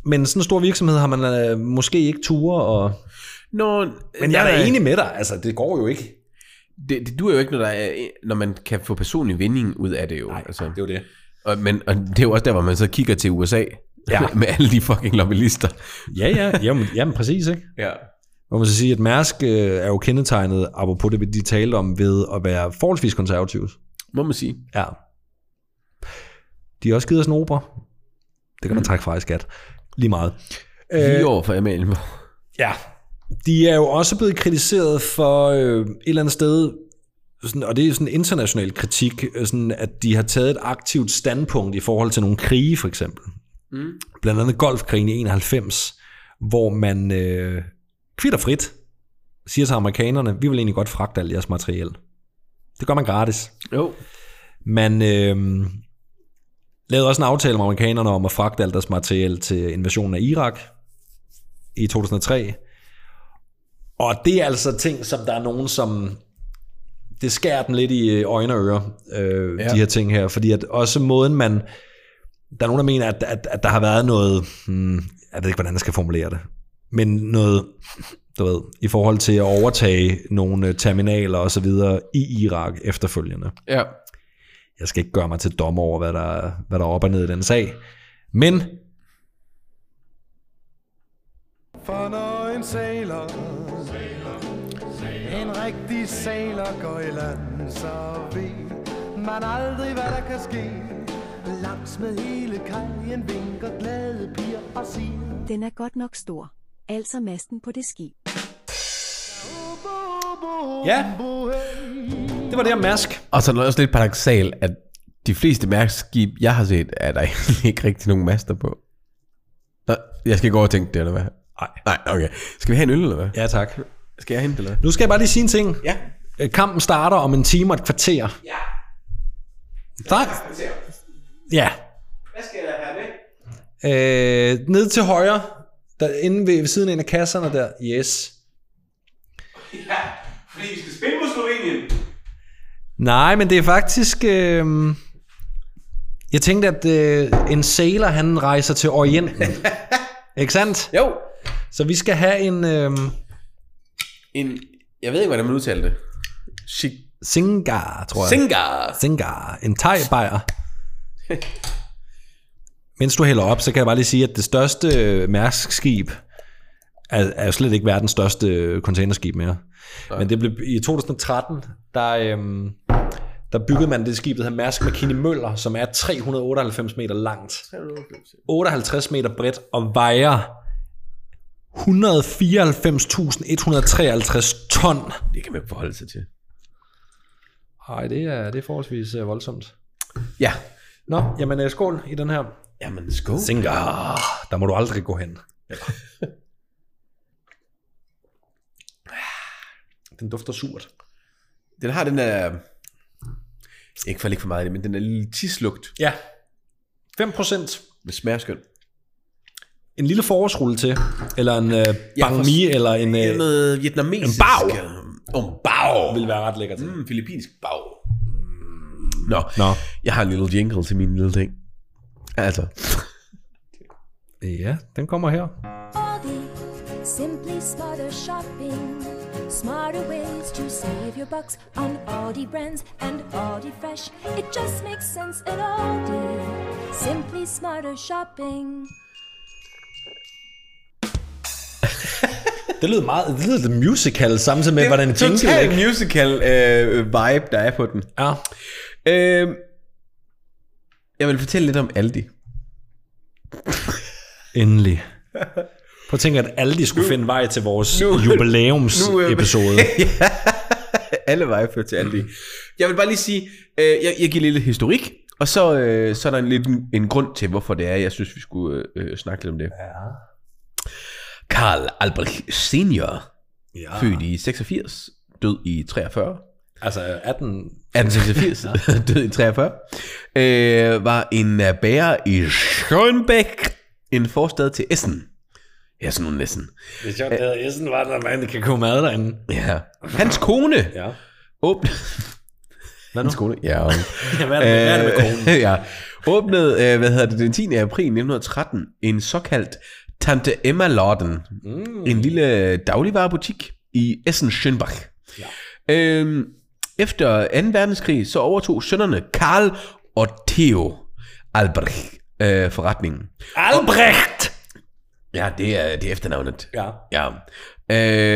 S2: Men sådan en stor virksomhed har man øh, måske ikke ture. Og...
S1: Nå,
S2: Men jeg er da enig med dig. Altså, det går jo ikke.
S1: Det, det duer jo ikke, når, der er, når man kan få personlig vinding ud af det jo. Nej, altså.
S2: jo det.
S1: Og, men, og det er jo også der, hvor man så kigger til USA.
S2: Ja.
S1: med alle de fucking lobbyister.
S2: Ja, ja. Jamen, jamen præcis, ikke?
S1: Ja.
S2: Hvor man så sige, at Mærsk øh, er jo kendetegnet, apropos det, de talte om, ved at være forholdsvis konservativt.
S1: Må man sige.
S2: Ja. De har også givet os en opera. Det kan man trække fra i skat. Lige meget.
S1: Lige over for Amalie.
S2: Ja. De er jo også blevet kritiseret for øh, et eller andet sted, sådan, og det er sådan international kritik, øh, sådan, at de har taget et aktivt standpunkt i forhold til nogle krige, for eksempel. Mm. Blandt andet Golfkrigen i 91, hvor man øh, kvitter frit siger til amerikanerne, vi vil egentlig godt fragte alt jeres materiel. Det gør man gratis.
S1: Jo.
S2: Man øh, lavede også en aftale med amerikanerne om at fragte alt deres materiel til invasionen af Irak i 2003. Og det er altså ting, som der er nogen, som... Det skærer dem lidt i øjne og ører, øh, ja. de her ting her. Fordi at også måden, man... Der er nogen, der mener, at, at, at der har været noget... Hmm, jeg ved ikke, hvordan jeg skal formulere det. Men noget, du ved, i forhold til at overtage nogle øh, terminaler og så videre i Irak efterfølgende.
S1: Ja.
S2: Jeg skal ikke gøre mig til dommer over, hvad der, er- hvad der er op og ned i den sag. Men
S6: For når en sailor, en rigtig sailor går i land, så ved man aldrig, hvad der kan ske. Langs med hele kajen vinker glade piger og siger,
S7: Den er godt nok stor. Altså masten på det skib.
S2: ja, det var det om Mærsk.
S1: Og så er det også lidt paradoxalt, at de fleste mærkskib, jeg har set, er der egentlig ikke rigtig nogen master på. Nå, jeg skal gå og tænke det, eller hvad?
S2: Nej.
S1: Nej, okay. Skal vi have en øl, eller hvad?
S2: Ja, tak.
S1: Skal jeg hente, eller hvad?
S2: Nu skal jeg bare lige sige en ting.
S1: Ja.
S2: Øh, Kampen starter om en time og et kvarter. Ja. Der... Ja. Hvad skal jeg have med? Øh, ned til højre, der, inde ved, ved siden af en af kasserne der. Yes. Ja, fordi vi skal spille mod Slovenien. Nej, men det er faktisk... Øh, jeg tænkte, at øh, en sailor, han rejser til Orienten. Ikke sandt?
S1: Jo.
S2: Så vi skal have en... Øh,
S1: En, jeg ved ikke, hvordan man udtaler det. Shik.
S2: Singar, tror jeg.
S1: Singer.
S2: Zingar, en thai-bajer. Mens du hælder op, så kan jeg bare lige sige, at det største øh, Mærsk-skib er, er jo slet ikke verdens største øh, containerskib mere. Men det blev i 2013, der, øhm, der byggede man det skib, der hedder Mærsk McKinney Møller, som er 398 meter langt, 58 meter bredt og vejer 194.153 ton.
S1: Det kan man ikke forholde sig til.
S2: Nej, det er, det er forholdsvis øh, voldsomt.
S1: Ja.
S2: Nå, jamen øh, skål i den her.
S1: Jamen, skål.
S2: Tænker, "Ah, der må du aldrig gå hen. den dufter surt.
S1: Den har den der... Ikke for at lægge for meget i det, men den der lille tislugt
S2: Ja. 5%.
S1: med smagerskøn.
S2: En lille forårsrulle til, eller en øh, bang
S1: for-
S2: mi, eller en øh,
S1: Noget vietnamesisk. øh,
S2: En bao.
S1: En bao.
S2: vil være ret lækker til.
S1: Mm, filippinsk bao. Mm. Nå.
S2: Nå.
S1: Jeg har en lille jingle til min lille ting. Altså.
S2: Ja, den kommer her.
S8: Aldi, simply smarter shopping. Smarter ways to save your bucks on Aldi brands and Aldi Fresh. It just makes sense at Aldi. Simply smarter shopping.
S2: Det lyder meget, det lyder lidt musical, samtidig med, hvordan en jingle
S1: Total
S2: ikke?
S1: musical øh, vibe, der er på den.
S2: Ja.
S1: Øh, jeg vil fortælle lidt om Aldi.
S2: Endelig. Prøv at tænke, at alle de skulle finde vej til vores
S1: nu- nu, øh,
S2: jubilæumsepisode.
S1: Alle veje fører til Aldi. Jeg vil bare lige sige, øh, jeg, jeg giver lidt historik, og så, øh, så er der en, lidt en, en grund til, hvorfor det er, jeg synes, vi skulle øh, øh, snakke lidt om det. Ja. Karl Albrecht senior,
S2: Ja.
S1: ja. født i 86, død i 43.
S2: Altså 18...
S1: 1886, død i 43, øh, var en øh, bager i Schönbeck, en forstad til Essen. Ja, sådan nogle Essen.
S2: Det er sjovt, det hedder Essen, var der mand, der kan komme mad derinde.
S1: Ja. Hans kone ja.
S2: Ja.
S1: åbnede...
S2: Hvad nu?
S1: Hans kone? Ja.
S2: Hvad er det, hvad er det med konen?
S1: Øh, ja. Åbnede, øh, hvad hedder det, den 10. april 1913, en såkaldt Tante Emma Lorden. Mm. En lille dagligvarerbutik i Essen-Schönbach. Ja. Øhm, efter 2. verdenskrig, så overtog sønnerne Karl og Theo Albrecht øh, forretningen.
S2: Albrecht!
S1: Ja, det er, det er efternavnet.
S2: Ja.
S1: Ja.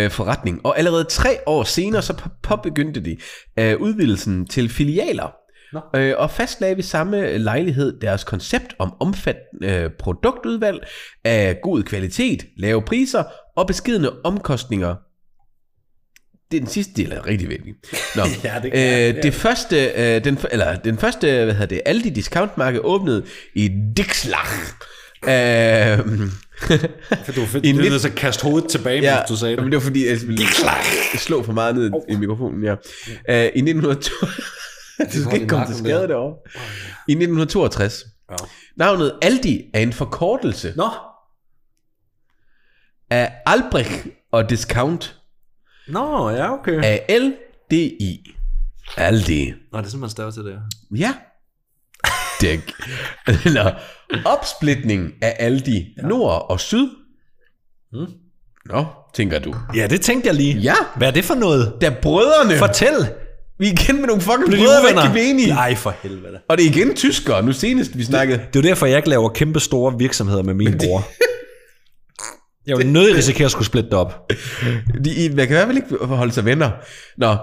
S1: Øh, forretning. Og allerede tre år senere, så p- påbegyndte de øh, udvidelsen til filialer.
S2: Nå.
S1: Øh, og fastlagde ved samme lejlighed deres koncept om omfattende øh, produktudvalg af god kvalitet, lave priser og beskedende omkostninger. Det er den sidste del, der er rigtig vigtig. Nå.
S2: Ja, det kan jeg.
S1: øh, det første, øh, den, f- eller, den første, hvad hedder det, Aldi Discount Market åbnede i Dixlach. Øh,
S2: For du, for,
S1: I
S2: du
S1: lidt-
S2: lidt... så kaste hovedet tilbage, ja. mens du sagde det.
S1: men det var fordi, jeg ville slå for meget ned i mikrofonen, ja. Uh, I 1902... du
S2: holdt
S1: skal
S2: i
S1: ikke komme
S2: nakken
S1: til skade
S2: der.
S1: derovre. I 1962.
S2: Ja.
S1: Navnet Aldi er en forkortelse
S2: Nå,
S1: af Albrecht og Discount
S2: Nå ja, okay.
S1: af LDI. Aldi.
S2: Nå, det er sådan, man staver til det her.
S1: Ja. Dæk. Eller opsplitning af Aldi Nord og Syd.
S2: Mm.
S1: Nå, tænker du.
S2: Ja, det tænkte jeg lige.
S1: Ja,
S2: Hvad er det for noget?
S1: da brødrene...
S2: Fortæl!
S1: vi er igen med nogle fucking
S2: Blev de
S1: brødre, der ikke
S2: uvenner?
S1: kan blive enige.
S2: Nej, for helvede.
S1: Og det er igen tyskere, nu senest vi snakkede.
S2: Det er jo derfor, jeg ikke laver kæmpe store virksomheder med min bror. Jeg vil nødig risikere at skulle splitte det op.
S1: De, man kan i hvert fald ikke holde sig venner. Nå,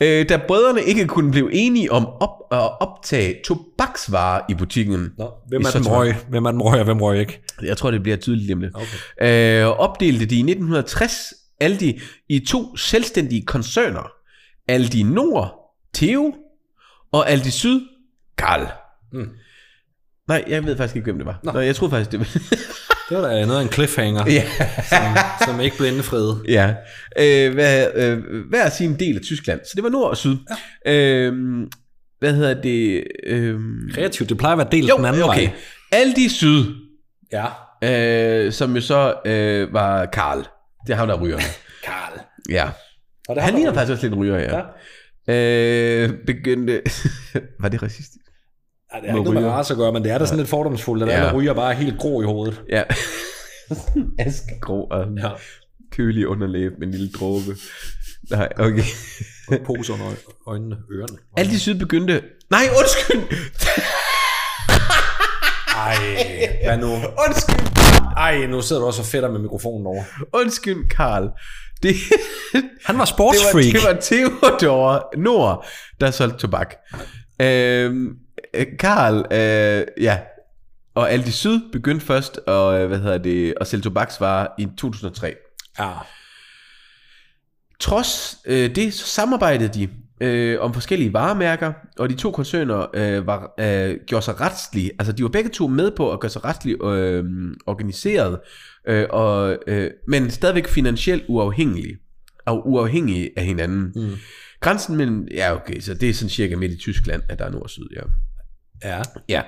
S1: øh, da brødrene ikke kunne blive enige om op, at optage tobaksvarer i butikken.
S2: Nå, hvem
S1: I
S2: er den
S1: Sotron.
S2: røg? Hvem er den røg, og hvem røg ikke?
S1: Jeg tror, det bliver tydeligt lige om lidt. Okay. Øh, opdelte de i 1960 Aldi i to selvstændige koncerner. Aldi Nord, Theo, og Aldi Syd, Karl.
S2: Mm.
S1: Nej, jeg ved faktisk ikke, hvem det var. Nå. Nå, jeg troede faktisk, det var...
S2: Det var da noget af en cliffhanger,
S1: ja.
S2: som, som ikke blev indefriet.
S1: Ja, øh, hvad, øh, hver sin del af Tyskland. Så det var nord og syd. Ja. Øh, hvad hedder det? Øh,
S2: Kreativt, det plejer at være delt den anden
S1: okay.
S2: vej.
S1: Aldi Syd,
S2: Ja.
S1: øh, som jo så øh, var Karl. Det er ham, der ryger.
S2: Karl.
S1: ja.
S2: Og det
S1: Han ligner faktisk også lidt en ryger, ja. ja. Øh, begyndte... var det racistisk?
S2: Ja, det er ikke noget med race at gøre, men det er da sådan lidt fordomsfuldt, at
S1: Ja.
S2: alle ryger bare er helt grå i hovedet.
S1: Ja. Askegrå og
S2: Ja.
S1: kølig underlæb med en lille dråbe. Nej, okay.
S2: Poser under øj- øjnene, ørerne.
S1: Aldi Syd begyndte... Nej, undskyld!
S2: Ej, hvad nu?
S1: Undskyld!
S2: Ej, nu sidder du også og fedter med mikrofonen over.
S1: Undskyld, Karl. Det,
S2: Han var
S1: det, var,
S2: sportsfreak.
S1: det var Theodor Nord, der solgte tobak. Øhm, øh, Karl, øh, ja, og Aldi Syd begyndte først at, øh, hvad hedder det, at sælge tobaksvarer i 2003.
S2: Ja.
S1: Trods øh, det, så samarbejdede de øh, om forskellige varemærker, og de to koncerner øh, var, øh, gjorde sig retslige, altså de var begge to med på at gøre sig retsligt øh, organiseret, øh, og, øh, men stadigvæk finansielt uafhængige, og uafhængige af hinanden. Mm. Grænsen mellem, ja okay, så det er sådan cirka midt i Tyskland, at der er nord og syd, ja.
S2: Ja.
S1: ja.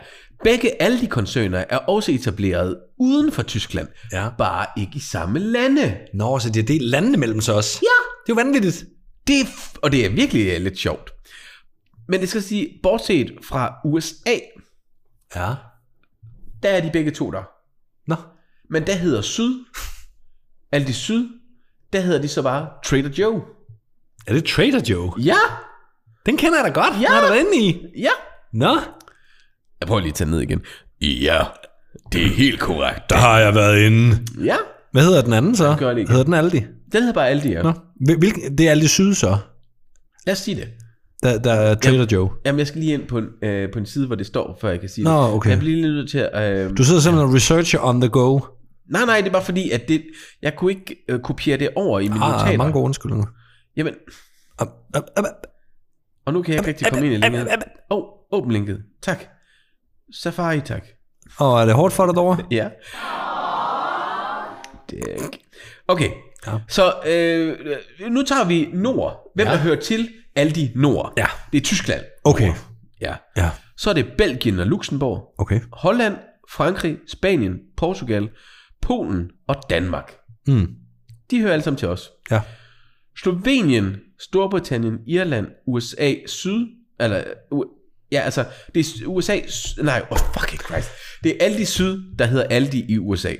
S1: Begge alle de koncerner er også etableret uden for Tyskland,
S2: Ja.
S1: bare ikke i samme lande.
S2: Nå, så det er delt landene mellem sig også. Ja. Det er jo vanvittigt.
S1: Det er, f- og det er virkelig øh, lidt sjovt. Men det skal sige, bortset fra USA,
S2: Ja.
S1: der er de begge to der.
S2: Nå.
S1: Men der hedder Syd, alt i Syd, der hedder de så bare Trader Joe.
S2: Er det Trader Joe?
S1: Ja,
S2: Den kender jeg da godt. Ja.
S1: Ja.
S2: Har du været inde i?
S1: ja.
S2: Nå.
S1: Jeg prøver lige at tage ned igen. Ja, det er helt korrekt.
S2: Der har jeg været inde.
S1: Ja,
S2: Hvad hedder den anden så?
S1: gør det ikke.
S2: Hedder den Aldi?
S1: den hedder bare Aldi, ja.
S2: Nå. Hvil- Hvilken, det er Aldi Syd så,
S1: Lad os sige det.
S2: der, der er Trader Joe.
S1: Jamen, jeg skal lige ind på en, øh, på en side, hvor det står, før jeg kan sige
S2: Nå,
S1: det.
S2: okay.
S1: Jeg bliver lige nødt til at... Øh...
S2: Du sidder simpelthen og researcher on the go.
S1: Nej, nej, det er bare fordi, at det, jeg kunne ikke øh, kopiere det over i mine
S2: Ah,
S1: notater.
S2: mange gode undskyldninger.
S1: Jamen,
S2: Op, op, op, op.
S1: Og nu kan jeg ikke rigtig komme ind i linket. Åh, oh, åbn linket. Tak. Safari, tak.
S2: Og er det hårdt for dig derovre?
S1: Ja. Dæk. Okay, så øh, nu tager vi Nord. Hvem ja. der hører til? Aldi Nord.
S2: Ja.
S1: Det er Tyskland.
S2: Okay.
S1: Ja.
S2: Ja,
S1: Så er det Belgien og Luxembourg.
S2: okay.
S1: Holland, Frankrig, Spanien, Portugal, Polen og Danmark.
S2: Mm.
S1: De hører alle sammen til os.
S2: Ja.
S1: Slovenien, Storbritannien, Irland, USA, Syd, eller, u- ja, altså, det er USA, s- nej, oh, fucking Christ. Det er Aldi Syd, der hedder Aldi i USA.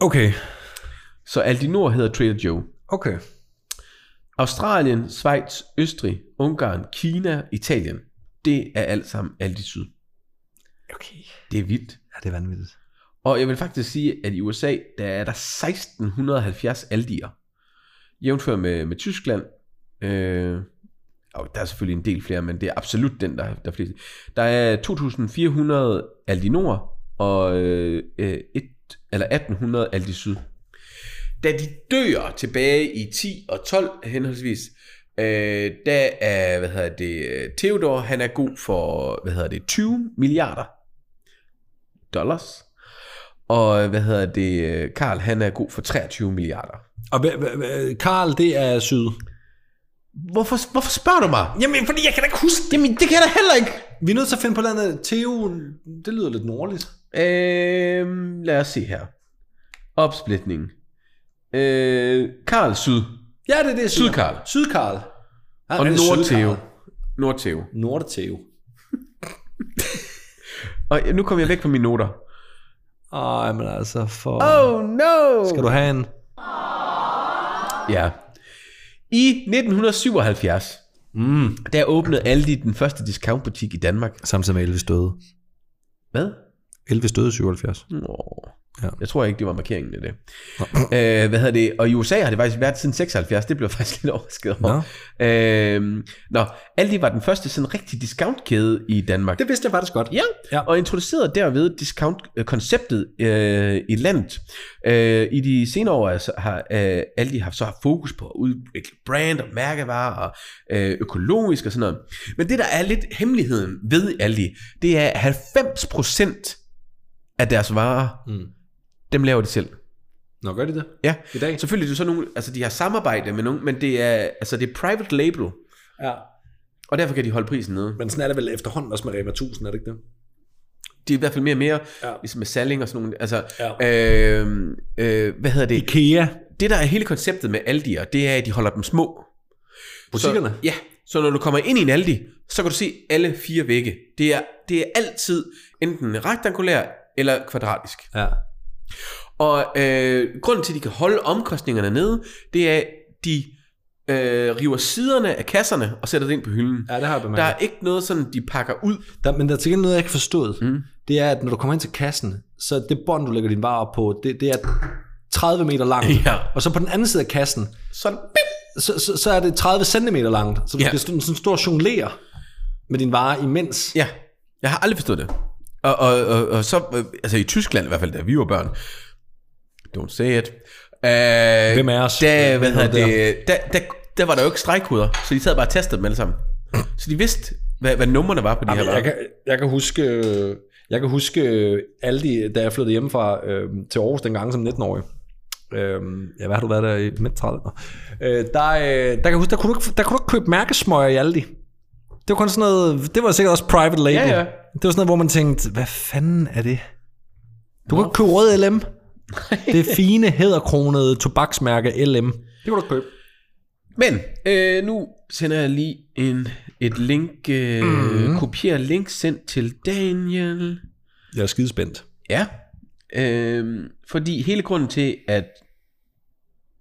S2: Okay.
S1: Så Aldi Nord hedder Trader Joe.
S2: Okay.
S1: Australien, Schweiz, Østrig, Ungarn, Kina, Italien. Det er alt sammen Aldi Syd.
S2: Okay.
S1: Det er vildt.
S2: Ja, det er vanvittigt.
S1: Og jeg vil faktisk sige, at i USA, der er der 1670 Aldi'er. Jævnfør med, med Tyskland. Øh, og der er selvfølgelig en del flere, men det er absolut den, der, er- der er flest. Der er 2400 Aldi Nord og øh, øh, et, eller 1800 Aldi Syd. Da de dør tilbage i 10 og 12 henholdsvis, øh, der er, hvad hedder det, øh, Theodor, han er god for, hvad hedder det, 20 milliarder dollars. Og hvad hedder det? øh, Karl, han er god for 23 milliarder.
S2: Og hva- hva- hva- Karl, det er syd.
S1: Hvorfor, hvorfor spørger du mig?
S2: Jamen, fordi jeg kan da ikke huske Jamen, det kan jeg da heller ikke. Vi er nødt til at finde på landet. Theo, det lyder lidt nordligt.
S1: Øhm, lad os se her. Opsplitning. Øh, Karl Syd
S2: Ja, det er det.
S1: Sydkarl.
S2: Sydkarl. Ja,
S1: og
S2: han er
S1: Nordteo.
S2: Sydkarl.
S1: Nordteo.
S2: Nordteo.
S1: Og øh, nu kommer jeg væk fra mine noter.
S2: Ej, men altså, for...
S1: Oh no!
S2: Skal du have en...
S1: Ja. I 1977, mm. der åbnede Aldi den første discountbutik i Danmark.
S2: Samtidig med Elvis døde.
S1: Hvad?
S2: Elvis døde i 77.
S1: Nå.
S2: Ja.
S1: Ja. Jeg tror ikke, det var markeringen af det. Øh, hvad hedder det? Og i USA har det faktisk været siden 76. Det blev jeg faktisk lidt overrasket over. Nå. Øh, nå, Aldi var den første sådan rigtig discountkæde i Danmark.
S2: Det vidste jeg faktisk godt.
S1: Ja,
S2: Ja.
S1: ja. og introducerede derved discount-konceptet øh, i landet. Øh, I de senere år altså, har øh, Aldi haft så haft fokus på at udvikle brand og mærkevarer og øh, økologisk og sådan noget. Men det, der er lidt hemmeligheden ved Aldi, det er, at 90% af deres varer,
S2: Mm.
S1: mm. dem laver de selv.
S2: Nå, gør de det?
S1: Ja,
S2: I dag?
S1: selvfølgelig er det sådan nogle, altså de har samarbejde med nogen, men det er, altså det er private label,
S2: Ja.
S1: og derfor kan de holde prisen nede.
S2: Men sådan er det vel efterhånden også med Rema 1000, er det ikke det?
S1: Det er i hvert fald mere og mere,
S2: Ja.
S1: ja. ligesom med Salling og sådan nogle, altså,
S2: Ja.
S1: ja. øh, øh, hvad hedder det?
S2: IKEA.
S1: Det der er hele konceptet med Aldi'er, det er, at de holder dem små.
S2: Butikkerne?
S1: Så, ja, så når du kommer ind i en Aldi, så kan du se alle fire vægge. Det er, det er altid enten rektangulær eller kvadratisk.
S2: Ja.
S1: Og øh, grunden til, at de kan holde omkostningerne nede, det er, at de øh, river siderne af kasserne og sætter det ind på hylden.
S2: Ja, det har jeg
S1: Der
S2: bemærket.
S1: er ikke noget sådan, de pakker ud.
S2: Der, men der er til gengæld noget, jeg ikke har forstået. Mm. Det er, at når du kommer ind til kassen, så det bånd, du lægger din vare op på, det, det er 30 meter langt.
S1: Ja.
S2: Og så på den anden side af kassen,
S1: Sådan,
S2: så, så, så er det 30 cm langt. Så du
S1: Ja.
S2: skal sådan, sådan stor jonglere med din vare imens.
S1: Ja, jeg har aldrig forstået det. Og, og, og, og så, øh, altså i Tyskland i hvert fald, da vi var børn, don't say it. Øh,
S2: Hvem er os?
S1: Der, hvad
S2: Hvem
S1: hedder
S2: er
S1: det, der, der, der var der jo ikke stregkoder, så de sad bare og tastede dem alle sammen. Så de vidste, hvad, hvad numrene var på de her
S2: Jamen,
S1: varer.
S2: jeg, kan, jeg kan huske, øh, jeg kan huske øh, alle de, da jeg flyttede hjemmefra øh, til Aarhus dengang som 19-årig. Øh, ja, hvad har du været der i midt 30'erne? Øh, der, øh, der kan jeg huske, der kunne, du, ikke- der kunne du ikke købe mærkesmøger i Aldi. Det var kun sådan noget, det var sikkert også private label.
S1: Ja, ja.
S2: Det var sådan noget, hvor man tænkte, hvad fanden er det? Du kan ikke købe rød LM. Det fine, hæderkronede tobaksmærke LM. Det kunne du ikke købe.
S1: Men øh, nu sender jeg lige en, et link, øh, mm. kopier link sendt til Daniel.
S2: Jeg er skidespændt.
S1: Ja. Øhm, fordi hele grunden til, at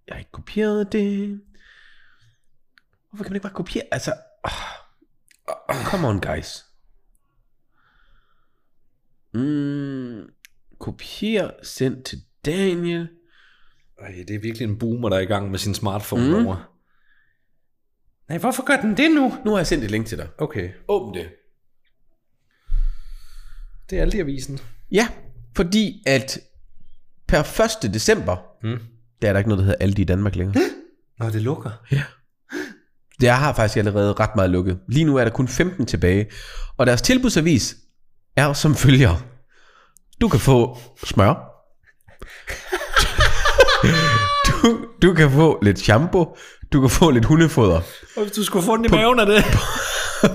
S1: jeg ikke kopierede det... Hvorfor kan man ikke bare kopiere? Altså... Oh, come on, guys. Mm, kopier, send til Daniel.
S2: Ej, det er virkelig en boomer, der er i gang med sin smartphone mm. over. Nej, hvorfor gør den det nu?
S1: Nu har jeg sendt et link til dig.
S2: Okay,
S1: Åbn det.
S2: det er Aldi-avisen.
S1: Ja, fordi at per 1. december,
S2: Mm.
S1: der er der ikke noget, der hedder Aldi i Danmark længere.
S2: Nå, det lukker.
S1: Det har faktisk allerede ret meget lukket. Lige nu er der kun 15 tilbage. Og deres tilbudsavis er som følger. Du kan få smør. du, du kan få lidt shampoo. Du kan få lidt hundefoder.
S2: Og hvis du skulle få den i maven af det.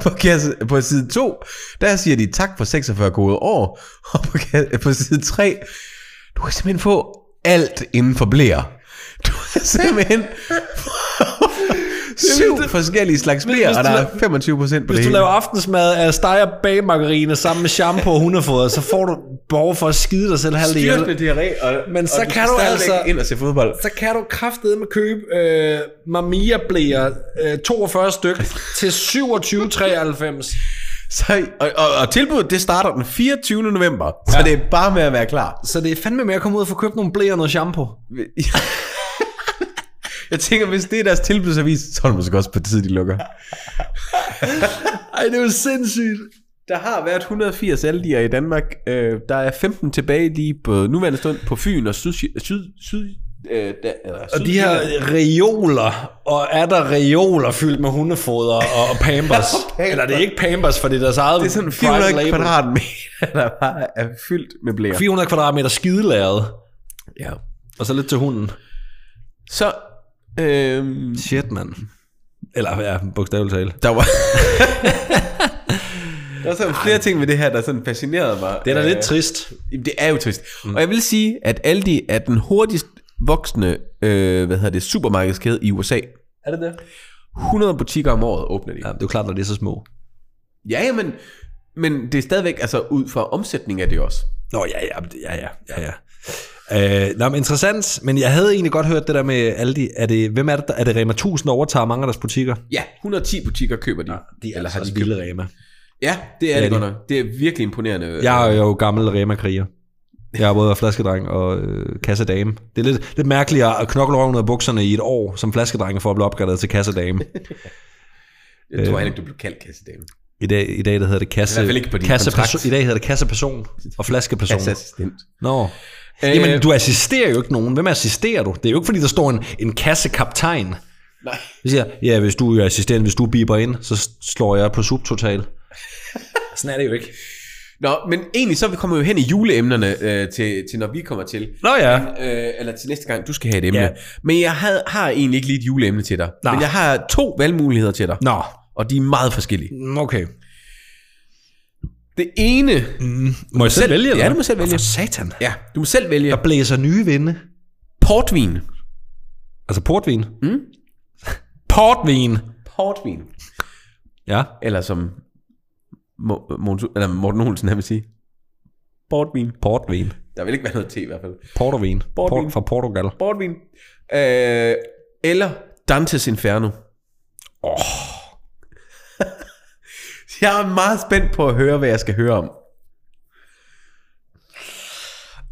S1: På, kasse, på side 2, der siger de tak for 46 gode år. Og på, kasse, på side 3, du kan simpelthen få alt inden for blære. Du kan simpelthen få syv forskellige slags blære,
S2: hvis
S1: og
S2: du
S1: der
S2: laver-
S1: er 25 procent på det
S2: Hvis du
S1: hele.
S2: laver aftensmad af steg og bagmargarine sammen med shampoo og hundefoder, så får du behov for at skide dig selv halvt
S1: Styrt
S2: ihjel.
S1: med diarré, og,
S2: Men
S1: og
S2: så kan
S1: skal
S2: du
S1: stadigvæk
S2: altså-
S1: ind og se fodbold.
S2: Så kan du kraftedeme købe øh, Mamia blæer øh, 42 styk til 27,93.
S1: Så, og, og, og tilbuddet, det starter den 24. november, så det er bare med at være klar.
S2: Så det er fandme med at komme ud og få købt nogle blæer og noget shampoo.
S1: Jeg tænker, hvis det er deres tilbudsavis, så er det måske også på tid, de lukker.
S2: Ej, det er jo sindssygt.
S1: Der har været 180 aldier i Danmark. Øh, der er 15 tilbage lige på nuværende stund på Fyn og syd, syd, syd, Øh, der, eller,
S2: Og de her reoler, og er der reoler fyldt med hundefoder og, og pampers? Eller det er ikke pampers, for det er deres eget
S1: det er sådan
S2: private
S1: 400
S2: label.
S1: kvadratmeter, der bare er fyldt med blære.
S2: 400 kvadratmeter skidelæret. Ja. Og så lidt til hunden.
S1: Så, øhm,
S2: Shit, mand. Eller ja, bogstaveligt talt.
S1: der var... der er sådan flere ting ved det her, der sådan fascinerede mig.
S2: Det er da
S1: Øh,
S2: lidt trist.
S1: Jamen, Det er jo trist. Mm. Og jeg vil sige, at Aldi er den hurtigst voksende øh, hvad hedder det, supermarkedskæde i USA.
S2: Er det det?
S1: 100 butikker om året åbner de.
S2: Ja, det er jo klart, når det er så små.
S1: Ja, ja men, men det er stadigvæk altså, ud fra omsætning af det også.
S2: Nå, ja, ja, ja, ja, ja, ja. Øh, nå, men interessant, men jeg havde egentlig godt hørt det der med Aldi. Er det, hvem er det, der, er det Rema 1000, der overtager mange af deres butikker? Altså,
S1: Ja, 110 butikker køber de. Ja,
S2: De er Eller har de vilde Rema.
S1: ja det er
S2: Ja,
S1: det
S2: de-
S1: godt nok. Det er virkelig imponerende.
S2: Jeg er jo gammel Rema-kriger. Jeg har både været flaskedreng og øh, kassedame. Det er lidt, lidt mærkeligt at knokle røven ud af bukserne i et år som flaskedreng for at blive opgraderet til kassedame. øh,
S1: jeg tror ikke, du blev kaldt kassedame.
S2: I dag, i dag der hedder det kasse,
S1: I hvert fald ikke på din kontrakt.
S2: kasseperson, I dag hedder det kasseperson og flaskeperson.
S1: Kasseassistent.
S2: Nå. Øh, Jamen, du assisterer jo ikke nogen. Hvem assisterer du? Det er jo ikke, fordi der står en, en kassekaptajn. Nej. Jeg siger, ja, hvis du er assistent, hvis du biber ind, så slår jeg på subtotal. Sådan er det jo ikke.
S1: Nå, men egentlig så er vi kommer jo hen i juleemnerne øh, til, til, når vi kommer til.
S2: Nå ja.
S1: Øh, eller til næste gang, du skal have et emne.
S2: Ja.
S1: Ja. Men jeg havde, har egentlig ikke lige et juleemne til dig.
S2: Nå.
S1: Men jeg har to valgmuligheder til dig.
S2: Nå, Mm,
S1: Og de er meget forskellige.
S2: okay.
S1: Det ene...
S2: Må jeg selv,
S1: Selv-
S2: vælge, eller
S1: Ja,
S2: hvad?
S1: du må selv vælge.
S2: Nå, For satan.
S1: Ja, du må selv vælge.
S2: Der blæser nye vinde.
S1: Portvin.
S2: Altså portvin. Mm. portvin.
S1: Portvin.
S2: Ja.
S1: Eller som Mo- Mo- eller Morten Olsen, han vil sige. Portvin.
S2: Portvin.
S1: Der vil ikke være noget te i hvert fald.
S2: Portovin.
S1: Portvin.
S2: Port fra Portugal.
S1: Portvin. Øh, eller Dantes Inferno. Oh. jeg er meget spændt på at høre, hvad jeg skal høre om.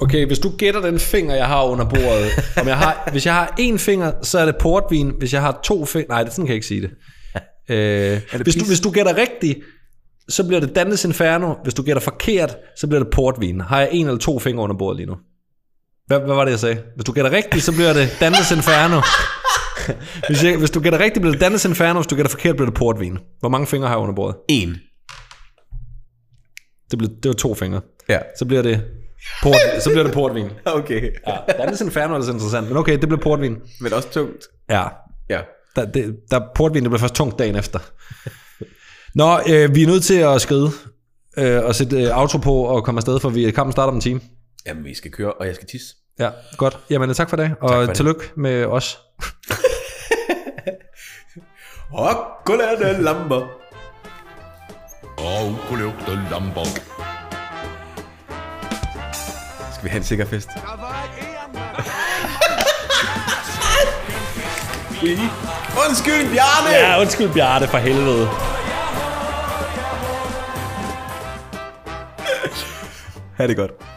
S2: Okay, hvis du gætter den finger, jeg har under bordet. om jeg har, hvis jeg har én finger, så er det portvin. Hvis jeg har to fingre... Nej, det sådan kan jeg ikke sige det. Øh, det hvis, du, hvis du gætter rigtigt, så bliver det Dantes Inferno. Hvis du gætter forkert, så bliver det portvin. Har jeg en eller to fingre under bordet lige nu? Hvad, hvad var det, jeg sagde? Hvis du gætter rigtigt, så bliver det Dantes Inferno. Hvis, jeg, hvis du gætter rigtigt, bliver det Dantes Inferno. Hvis du gætter forkert, bliver det portvin. Hvor mange fingre har jeg under bordet?
S1: En.
S2: Det, blev, det var to fingre.
S1: Ja.
S2: Så bliver det, port, så bliver det portvin.
S1: Okay. Ja.
S2: Dantes Inferno er så interessant, men okay, det blev portvin.
S1: Men også tungt.
S2: Ja,
S1: Ja.
S2: der, det, der portvin, det blev først tungt dagen efter. Nå, øh, vi er nødt til at skride øh, og sætte øh, auto på og komme afsted, for vi kampen starter om en time.
S1: Jamen, vi skal køre, og jeg skal tisse.
S2: Ja, godt. Jamen, tak for i dag, og
S1: det.
S2: tillykke med os.
S1: Og gullerne lamper.
S9: Og kunne lugte lamper.
S1: Skal vi have en sikker fest? Undskyld, Bjarne! Ja.
S2: undskyld Bjarte for helvede.
S1: Ha' det godt.